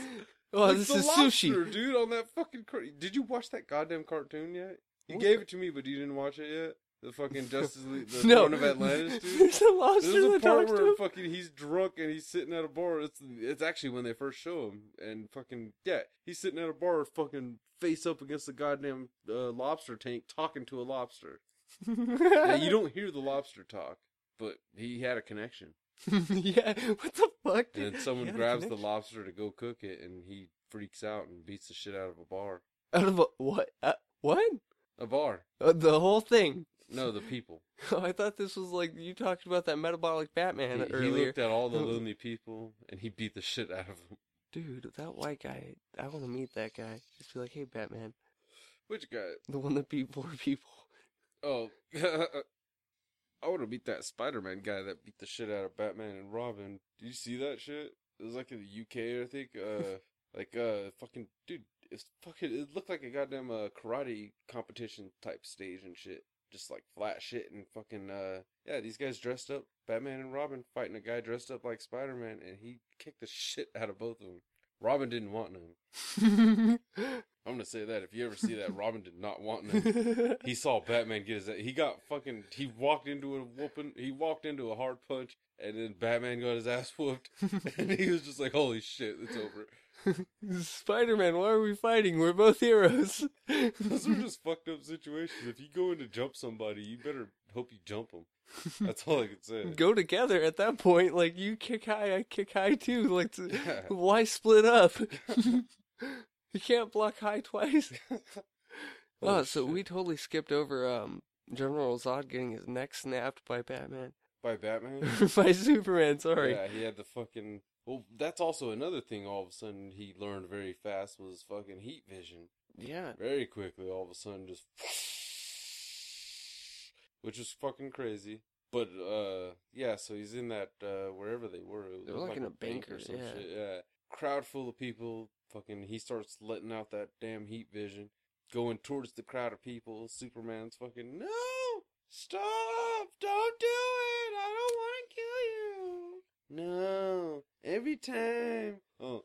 S1: oh,
S3: like
S1: this
S3: the
S1: is sushi.
S3: lobster, dude. On that fucking. Car- Did you watch that goddamn cartoon yet? You
S1: What?
S3: gave it to me, but you didn't watch it yet. The fucking Justice League, the
S1: no,
S3: Throne of Atlantis, dude.
S1: there's a lobster
S3: There's a
S1: that
S3: part
S1: talks to
S3: where
S1: him.
S3: fucking he's drunk and he's sitting at a bar. It's it's actually when they first show him, and fucking yeah, he's sitting at a bar, fucking face up against the goddamn uh, lobster tank, talking to a lobster. now, you don't hear the lobster talk, but he had a connection,
S1: yeah, what the fuck?
S3: and
S1: dude?
S3: then someone
S1: Yeah,
S3: grabs the
S1: connection.
S3: lobster to go cook it, and he freaks out and beats the shit out of a bar.
S1: out of a what? Uh, what?
S3: A bar?
S1: Uh, the whole thing.
S3: No, the people.
S1: Oh, I thought this was like you talked about that metabolic Batman
S3: he, he
S1: earlier,
S3: looked at all the lonely people, and he beat the shit out of them.
S1: dude. That white guy. I want to meet that guy. Just be like, hey, Batman,
S3: Which guy?
S1: the one that beat four people.
S3: Oh, I want to beat that Spider-Man guy that beat the shit out of Batman and Robin. Do you see that shit? It was like in the UK, I think. Uh, like uh, fucking dude, it's fucking. It looked like a goddamn uh, karate competition type stage and shit. Just like flat shit and fucking uh, yeah. These guys dressed up, Batman and Robin fighting a guy dressed up like Spider-Man, and he kicked the shit out of both of them. Robin didn't want none. I'm gonna say that if you ever see that, Robin did not want none. He saw Batman get his. He got fucking. He walked into a whooping. He walked into a hard punch, and then Batman got his ass whooped, and he was just like, "Holy shit, it's over."
S1: Spider Man, why are we fighting? We're both heroes.
S3: Those are just fucked up situations. If you go in to jump somebody, you better hope you jump them. That's all I could say.
S1: Go together at that point. Like you kick high, I kick high too. Like t-
S3: Yeah.
S1: why split up? you can't block high twice.
S3: Holy
S1: oh, so
S3: shit.
S1: we totally skipped over um General Zod getting his neck snapped by Batman.
S3: by Batman.
S1: by Superman, sorry.
S3: Yeah, he had the fucking. Well, that's also another thing. All of a sudden, he learned very fast was fucking heat vision.
S1: Yeah.
S3: very quickly all of a sudden just which is fucking crazy but uh yeah so he's in that uh wherever they were it
S1: They were
S3: looked
S1: like in a bank
S3: bank
S1: or- yeah.
S3: shit yeah crowd full of people fucking he starts letting out that damn heat vision going towards the crowd of people superman's fucking no stop don't do it i don't want to kill you no every time oh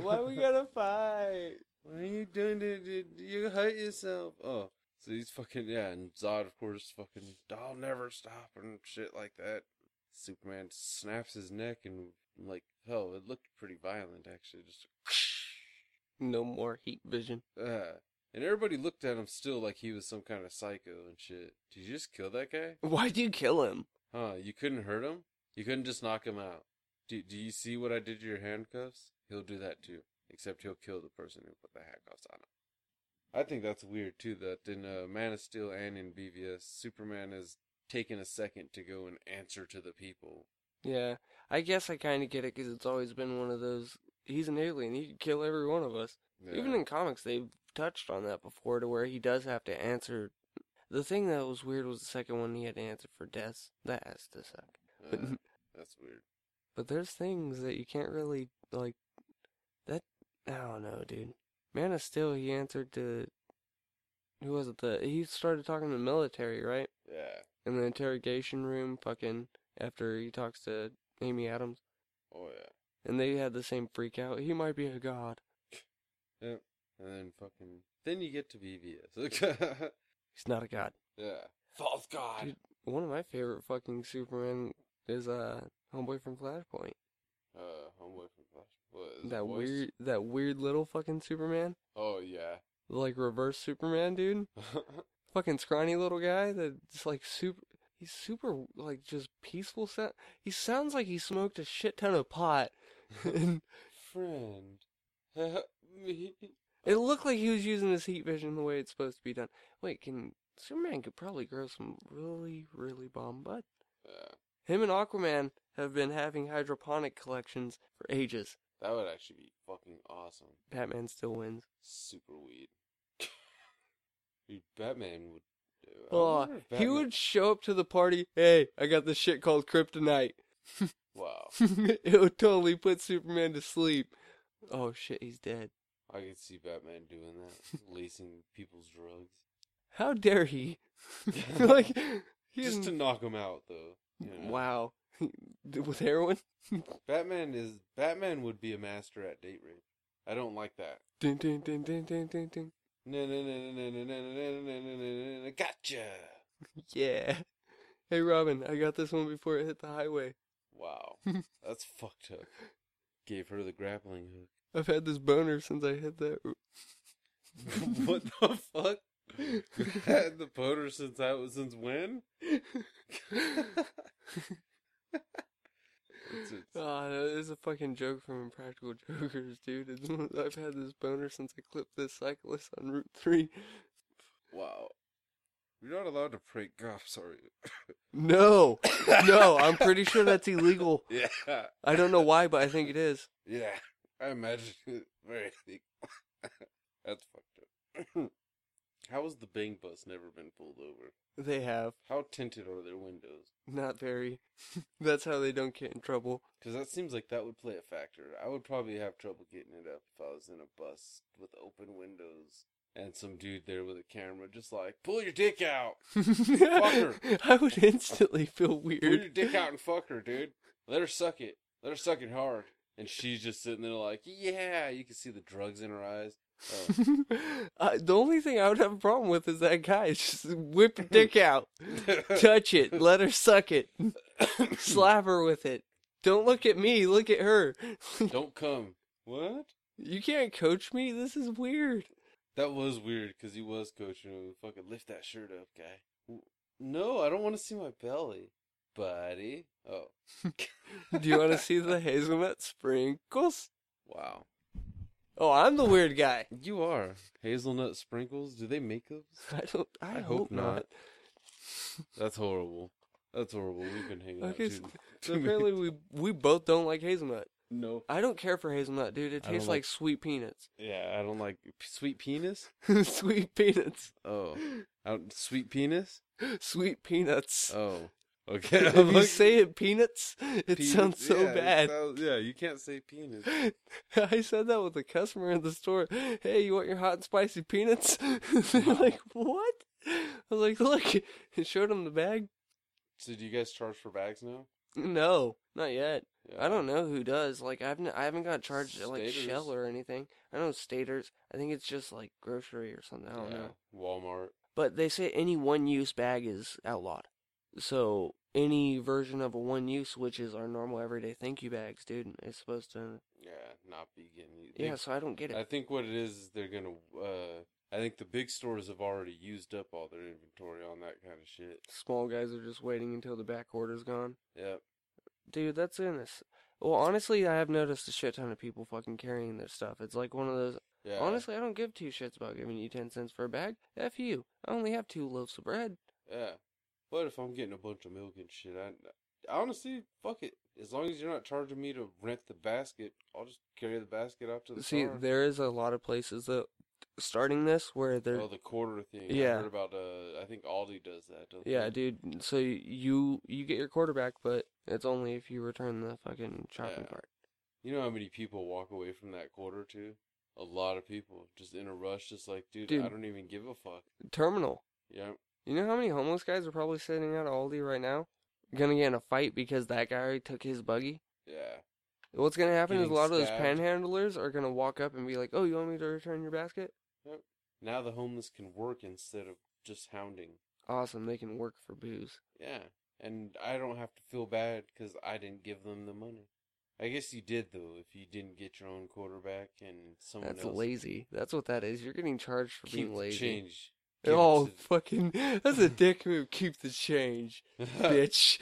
S1: why we gotta fight?
S3: why are you doing it? You- You hurt yourself. Oh, so he's fucking yeah, and Zod of course fucking I'll never stop and shit like that. Superman snaps his neck and like hell, it looked pretty violent actually. Just
S1: No more heat vision.
S3: uh, and everybody looked at him still like he was some kind of psycho and shit. Did you just kill that guy?
S1: Why'd you kill him?
S3: Huh? You couldn't hurt him. You couldn't just knock him out. Do Do you see what I did to your handcuffs? He'll do that too. Except he'll kill the person who put the handcuffs on him. I think that's weird too. That in uh, Man of Steel and in BVS, Superman has taken a second to go and answer to the people.
S1: Yeah, I guess I kind of get it because it's always been one of those. He's an alien. He could kill every one of us. Even in comics, they've touched on that before, to where he does have to answer. The thing that was weird was the second one. He had to answer for deaths. That has to suck.
S3: Yeah. Uh, that's weird.
S1: But there's things that you can't really like. That I don't know, dude. Man of Steel, he answered to. Who was it? The he started talking to the military, right?
S3: Yeah.
S1: In the interrogation room, fucking after he talks to Amy Adams,
S3: Oh yeah.
S1: and they had the same freak out. He might be a god.
S3: And then fucking. Then you get to BVS.
S1: He's not a god.
S3: yeah. False God.
S1: Dude. One of my favorite fucking Superman is uh homeboy from Flashpoint.
S3: Uh, homeboy from Flash. What, is it
S1: That
S3: voiced?
S1: weird, that weird little fucking Superman,
S3: Oh yeah.
S1: like reverse Superman, dude. fucking scrawny little guy that's like super He's super like just peaceful. Sound. He sounds like he smoked a shit ton of pot. and
S3: Friend, help me.
S1: it looked like he was using his heat vision the way it's supposed to be done. Wait, can Superman could probably grow some really, really bomb butt.
S3: Uh,
S1: Him and Aquaman have been having hydroponic collections for ages.
S3: that would actually be fucking awesome.
S1: Batman still wins.
S3: Super weed. Dude, Batman would. I
S1: Oh,
S3: wonder if
S1: he
S3: Batman-
S1: would show up to the party. Hey, I got this shit called kryptonite.
S3: Wow,
S1: it would totally put Superman to sleep. Oh shit, he's dead.
S3: I could see Batman doing that, lacing people's drugs,
S1: How dare he? like, he
S3: just to
S1: isn't-
S3: knock them out, though. you know?
S1: wow. With heroin?
S3: Batman is Batman would be a master at date rape. I don't like that.
S1: Ding, ding, ding, ding, ding, ding, ding.
S3: No, no, no, no, no, no, no, no, no, no, no, no, Gotcha.
S1: Yeah. Hey Robin, I got this one before it hit the highway.
S3: Wow, that's fucked up. Gave her the grappling hook.
S1: I've had this boner since I hit that.
S3: what the fuck? Had the boner since I was since when? It's- it's-
S1: Ah, that is a fucking joke from Impractical Jokers, dude. It's, one of- I've had this boner since I clipped this cyclist on Route 3.
S3: wow. You're not allowed to prank. God, sorry.
S1: No! No, I'm pretty sure that's illegal.
S3: Yeah.
S1: I don't know why, but I think it is.
S3: Yeah, I imagine it very thick. That's fucked up. How has the bang bus never been pulled over?
S1: They have.
S3: How tinted are their windows?
S1: Not very. That's how they don't get in trouble.
S3: Because that seems like that would play a factor. I would probably have trouble getting it up if I was in a bus with open windows and some dude there with a camera just like, pull your dick out! Fucker.
S1: I would instantly feel
S3: Pull your
S1: weird.
S3: dick out and fuck her, dude. Let her suck it. Let her suck it hard. And she's just sitting there like, yeah, you can see the drugs in her eyes. Oh.
S1: uh, the only thing I would have a problem with is that guy. Just whip your dick out,
S3: Oh.
S1: touch it, let her suck it, slap her with it. Don't look at me, look at her.
S3: Don't come. What?
S1: You can't coach me. This is weird.
S3: That was weird because he was coaching him. Fucking lift that shirt up, guy. W- No, I don't want to see my belly, buddy. Oh.
S1: Do you want to see the hazelnut sprinkles?
S3: Wow.
S1: Oh, I'm the weird guy.
S3: You are. Hazelnut sprinkles? Do they make those?
S1: I don't. I,
S3: I
S1: hope,
S3: hope
S1: not.
S3: not. That's horrible. That's horrible. We've been hanging
S1: Okay,
S3: out
S1: so-
S3: too.
S1: So apparently, we we both don't like hazelnut.
S3: no.
S1: I don't care for hazelnut, dude. It
S3: I don't
S1: tastes
S3: like-
S1: like sweet peanuts.
S3: Yeah, I don't like sweet penis.
S1: sweet peanuts.
S3: Oh, I don't, sweet penis.
S1: Sweet peanuts.
S3: Oh, okay.
S1: if you say it peanuts, it
S3: Penis-
S1: sounds so
S3: yeah, it
S1: bad.
S3: sounds- yeah, you can't say penis.
S1: I said that with a customer in the store. Hey, you want your hot and spicy peanuts? They're like, what? I was like, look, and showed him the bag.
S3: So do you guys charge for bags now?
S1: No, not yet. I don't
S3: know.
S1: know who does. Like, I've n- I haven't got charged at like
S3: Staters.
S1: Shell or anything. I know Staters. I think it's just like grocery or something. I don't know.
S3: Walmart.
S1: But they say any one use bag is outlawed. So any version of a one use, which is our normal everyday thank you bags, dude, is supposed to.
S3: Yeah, not vegan. e-, They-
S1: Yeah, so I don't get
S3: I
S1: it.
S3: think what it is is they're gonna. Uh, I think the big stores have already used up all their inventory on that kind of shit.
S1: Small guys are just waiting until the back order's gone.
S3: Yep.
S1: Dude, that's in this. Well, honestly, I have noticed a shit ton of people fucking carrying their stuff. It's like one of those.
S3: Yeah.
S1: Honestly, I don't give two shits about giving you 10 cents for a bag. F you. I only have two loaves of bread.
S3: Yeah. But if I'm getting a bunch of milk and shit, I honestly fuck it. As long as you're not charging me to rent the basket, I'll just carry the basket out to the
S1: See,
S3: car.
S1: there is a lot of places that starting this where they're
S3: Oh, the quarter thing. I
S1: Yeah.
S3: heard about. Uh, I think Aldi does that. Doesn't
S1: Yeah,
S3: it?
S1: dude. So you you get your quarterback, but it's only if you return the fucking shopping
S3: Yeah.
S1: cart.
S3: You know how many people walk away from that quarter too? A lot of people just in a rush, just like, dude, I
S1: Dude.
S3: don't even give a fuck.
S1: Terminal.
S3: Yeah,
S1: You know how many homeless guys are probably sitting at Aldi right now, gonna get in a fight because that guy already took his buggy.
S3: yeah,
S1: What's gonna happen is a
S3: Getting
S1: lot of those
S3: stabbed.
S1: panhandlers are gonna walk up and be like, "Oh, you want me to return your basket?
S3: yep. Now the homeless can work instead of just hounding.
S1: Awesome, they can work for booze."
S3: Yeah, and I don't have to feel bad because I didn't give them the money. I guess you did though, if you didn't get your own quarterback and someone
S1: That's
S3: else
S1: lazy. That's what that is. You're getting charged for
S3: keep
S1: being
S3: the
S1: lazy.
S3: change.
S1: oh,
S3: it to-
S1: fucking, that's a dick move. Keep the change, bitch.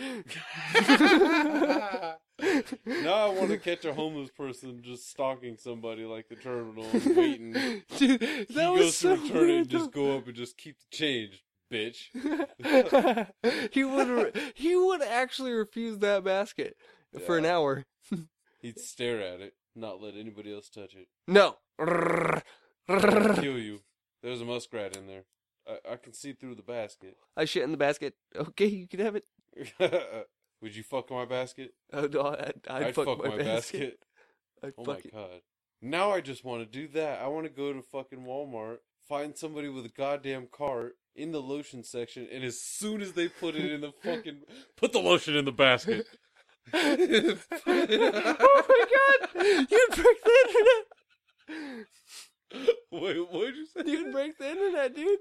S3: now I want to catch a homeless person just stalking somebody like the terminal and waiting. He
S1: Dude, that was
S3: goes
S1: so
S3: to return it
S1: weird.
S3: and just go up and just keep the change, bitch.
S1: though. he would re- he would actually refuse that basket for an
S3: Yeah.
S1: hour.
S3: He'd stare at it, not let anybody else touch it.
S1: No.
S3: It'll kill you. There's a muskrat in there. I, I can see through the basket.
S1: I shit in the basket. Okay, you can have it.
S3: Would you fuck my basket?
S1: Oh no, I, I'd, fuck, my, basket. I'd
S3: Oh
S1: fuck
S3: my
S1: it.
S3: god. Now I just want to do that. I want to go to fucking Walmart, find somebody with a goddamn cart in the lotion section, and as soon as they put it in the fucking put the lotion in the basket.
S1: oh my god! You'd break the internet.
S3: Wait, what did you say?
S1: You'd break the internet, dude.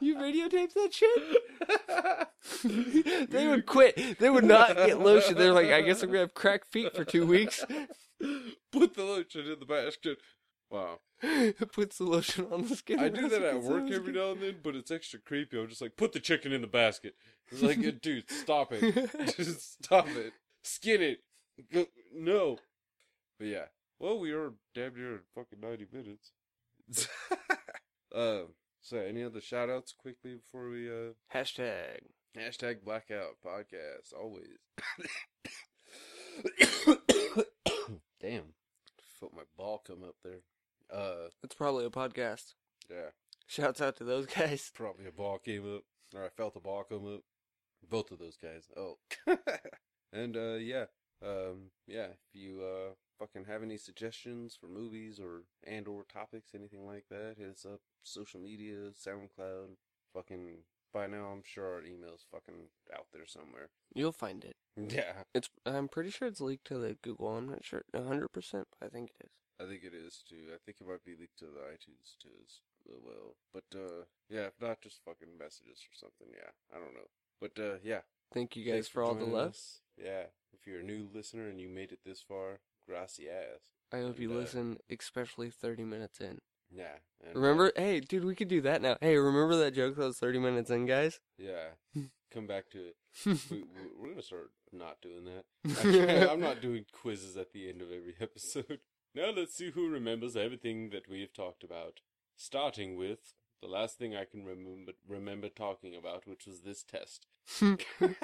S1: You videotape that shit. they would quit. They would not get lotion. They're like, I guess I'm gonna have crack feet for two weeks.
S3: Put the lotion in the basket. Wow.
S1: Puts the lotion on the skin.
S3: I
S1: and
S3: do
S1: that's
S3: that
S1: what
S3: at
S1: gets
S3: work
S1: on the
S3: every
S1: skin.
S3: now and then, but it's extra creepy. I'm just like, put the chicken in the basket. It's like, dude, stop it. just stop it. Skin it. Go- No. But yeah. Well, we are damn near at fucking 90 minutes. um, so, any other shout outs quickly before we. uh
S1: Hashtag.
S3: Hashtag blackout podcast, always. damn. Felt my ball come up there. Uh,
S1: It's probably a podcast.
S3: yeah.
S1: Shouts out to those guys.
S3: Probably a ball came up, or I felt a ball come up. Both of those guys. Oh, and uh, yeah, um, yeah. If you uh, fucking have any suggestions for movies or and or topics, anything like that, hit us up. Social media, SoundCloud, fucking. By now, I'm sure our email's fucking out there somewhere.
S1: You'll find it.
S3: Yeah,
S1: It's. I'm pretty sure it's leaked to the Google. I'm not sure. 100, percent but I think it is.
S3: I think it is too. I think it might be leaked to the iTunes too as well. But uh, yeah, if not, just fucking messages or something. Yeah, I don't know. But uh, yeah.
S1: Thank you
S3: Thanks
S1: guys for all the
S3: joining
S1: love.
S3: us. Yeah. If you're a new listener and you made it this far, gracias.
S1: I hope you
S3: And, uh,
S1: listen, especially 30 minutes in.
S3: Yeah. and, uh,
S1: Remember, hey, dude, we could do that now. Hey, remember that joke that was 30 minutes in, guys?
S3: Yeah. Come back to it. We, we- we're going to start not doing that. I can't- I'm not doing quizzes at the end of every episode. Now let's see who remembers everything that we have talked about. Starting with the last thing I can remember remember talking about, which was this test.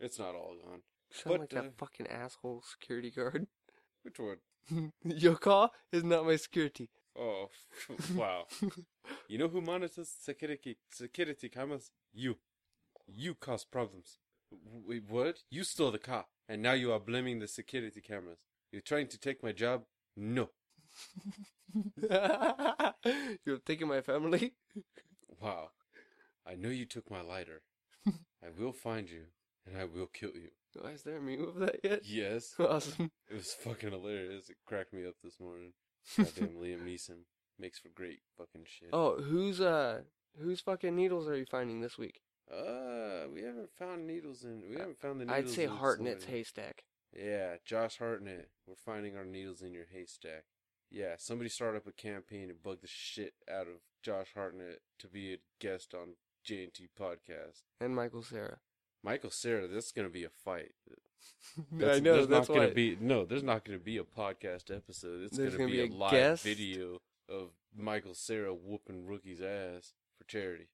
S3: it's not all gone.
S1: Sound
S3: But,
S1: like
S3: uh,
S1: that fucking asshole security guard.
S3: Which one?
S1: Your car is not my security.
S3: Oh, wow. You know who monitors security security cameras? You. You cause problems. Wait, what? You stole the car, and now you are blaming the security cameras. You're trying to take my job? No.
S1: You're thinking my family?
S3: Wow. I know you took my lighter. I will find you, and I will kill you.
S1: Why is there a meme of that yet?
S3: Yes.
S1: Awesome.
S3: It was fucking hilarious. It cracked me up this morning. Goddamn Liam Neeson makes for great fucking shit.
S1: Oh, whose uh, whose fucking needles are you finding this week?
S3: Uh, we haven't found needles in. We haven't found the.
S1: I'd
S3: needles
S1: say
S3: in
S1: Hartnett's
S3: somebody.
S1: haystack.
S3: Yeah, Josh Hartnett. We're finding our needles in your haystack. Yeah, somebody start up a campaign and bug the shit out of Josh Hartnett to be a guest on J&T podcast.
S1: And Michael Sarah.
S3: Michael Sarah, this is gonna be a fight.
S1: I know,
S3: there's
S1: that's
S3: not gonna
S1: why.
S3: be no. There's not gonna be a podcast episode. It's
S1: There's
S3: gonna, be, a, live
S1: guest.
S3: video of Michael Sarah whooping rookie's ass for charity.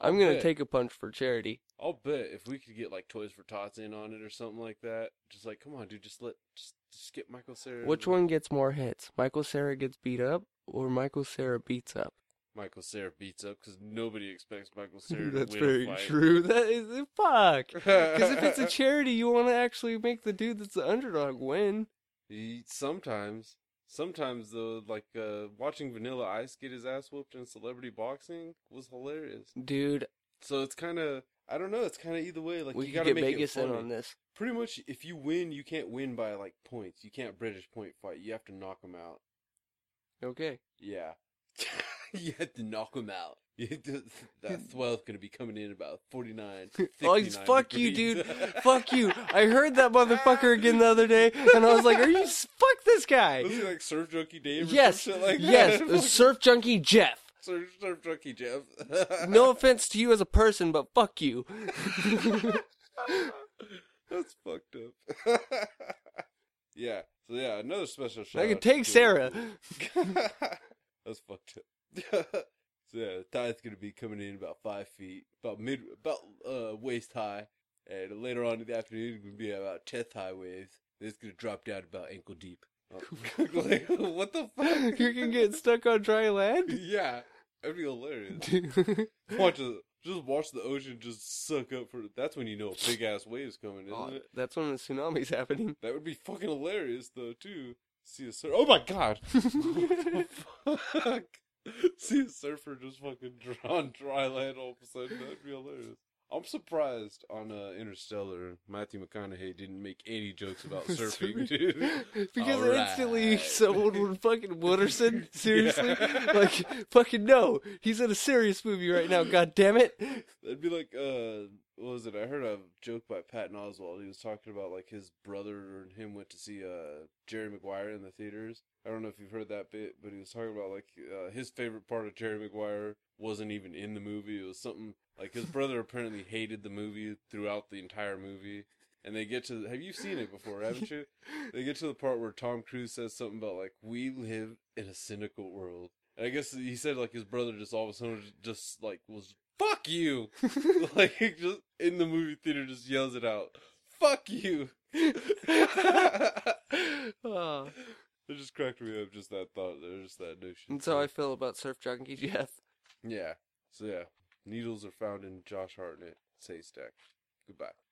S1: I'm gonna
S3: Yeah.
S1: take a punch for charity.
S3: I'll bet if we could get like Toys for Tots in on it or something like that, just like come on, dude, just let just, just get Michael Sarah.
S1: Which one gets more hits? Michael Sarah gets beat up or Michael Sarah beats up?
S3: Michael Sarah beats up because nobody expects Michael Sarah.
S1: That's
S3: to win
S1: very
S3: a fight.
S1: true. That is fuck. Because if it's a charity, you want to actually make the dude that's the underdog win.
S3: He- sometimes, sometimes though, like uh, watching Vanilla Ice get his ass whooped in celebrity boxing was hilarious.
S1: Dude,
S3: So it's kind of I don't know. It's kind of either way. Like
S1: we
S3: you
S1: could get
S3: gotta make
S1: Vegas
S3: it
S1: in
S3: funny.
S1: on this.
S3: Pretty much, if you win, you can't win by like points. You can't British point fight. You have to knock him out.
S1: Okay.
S3: Yeah. you had to knock him out. that swell's gonna be coming in about 49.
S1: Oh, he's-
S3: 59
S1: fuck you, dude.
S3: degrees.
S1: fuck you. I heard that motherfucker again the other day, and I was like, are you. s- Fuck this guy.
S3: Was he like Surf Junkie Dave or
S1: Yes.
S3: some shit like
S1: yes.
S3: that?
S1: Surf Junkie Jeff.
S3: Surf, surf Junkie Jeff.
S1: No offense to you as a person, but fuck you.
S3: That's fucked up. yeah. So yeah, another special shout.
S1: I can
S3: out
S1: take
S3: to-
S1: Sarah.
S3: That's fucked up. so yeah, the tide's gonna be coming in about five feet, about mid, about uh waist high, and later on in the afternoon it's gonna be about chest high waves. Then it's gonna drop down about ankle deep. Oh, like, what the fuck?
S1: you can get stuck on dry land.
S3: yeah, that'd be hilarious. Watch the, just watch the ocean just suck up for. That's when you know a big ass wave's coming, isn't
S1: God,
S3: it?
S1: that's when the tsunami's happening.
S3: That would be fucking hilarious though too. See a surfer. Oh my god. What the fuck? See a surfer just fucking dr- on dry land all of a sudden. That'd be hilarious. I'm surprised on uh, Interstellar, Matthew McConaughey didn't make any jokes about surfing, dude.
S1: because
S3: All
S1: instantly
S3: right.
S1: someone would fucking Wooderson. Seriously,
S3: Yeah.
S1: like fucking no. He's in a serious movie right now. God damn it.
S3: That'd be like, uh, what was it? I heard a joke by Patton Oswald. He was talking about like his brother and him went to see uh Jerry Maguire in the theaters. I don't know if you've heard that bit, but he was talking about like uh, his favorite part of Jerry Maguire wasn't even in the movie. It was something like his brother apparently hated the movie throughout the entire movie. And they get to have you seen it before, haven't you? they get to the part where Tom Cruise says something about like we live in a cynical world. And I guess he said like his brother just all of a sudden just like was fuck you, like he just in the movie theater just yells it out, fuck you. it
S1: Ah.
S3: just cracked me up just that thought. There's just that notion.
S1: That's how I feel about Surf Junkie Jeff.
S3: yeah. So yeah, needles are found in Josh Hartnett. Say stack. Goodbye.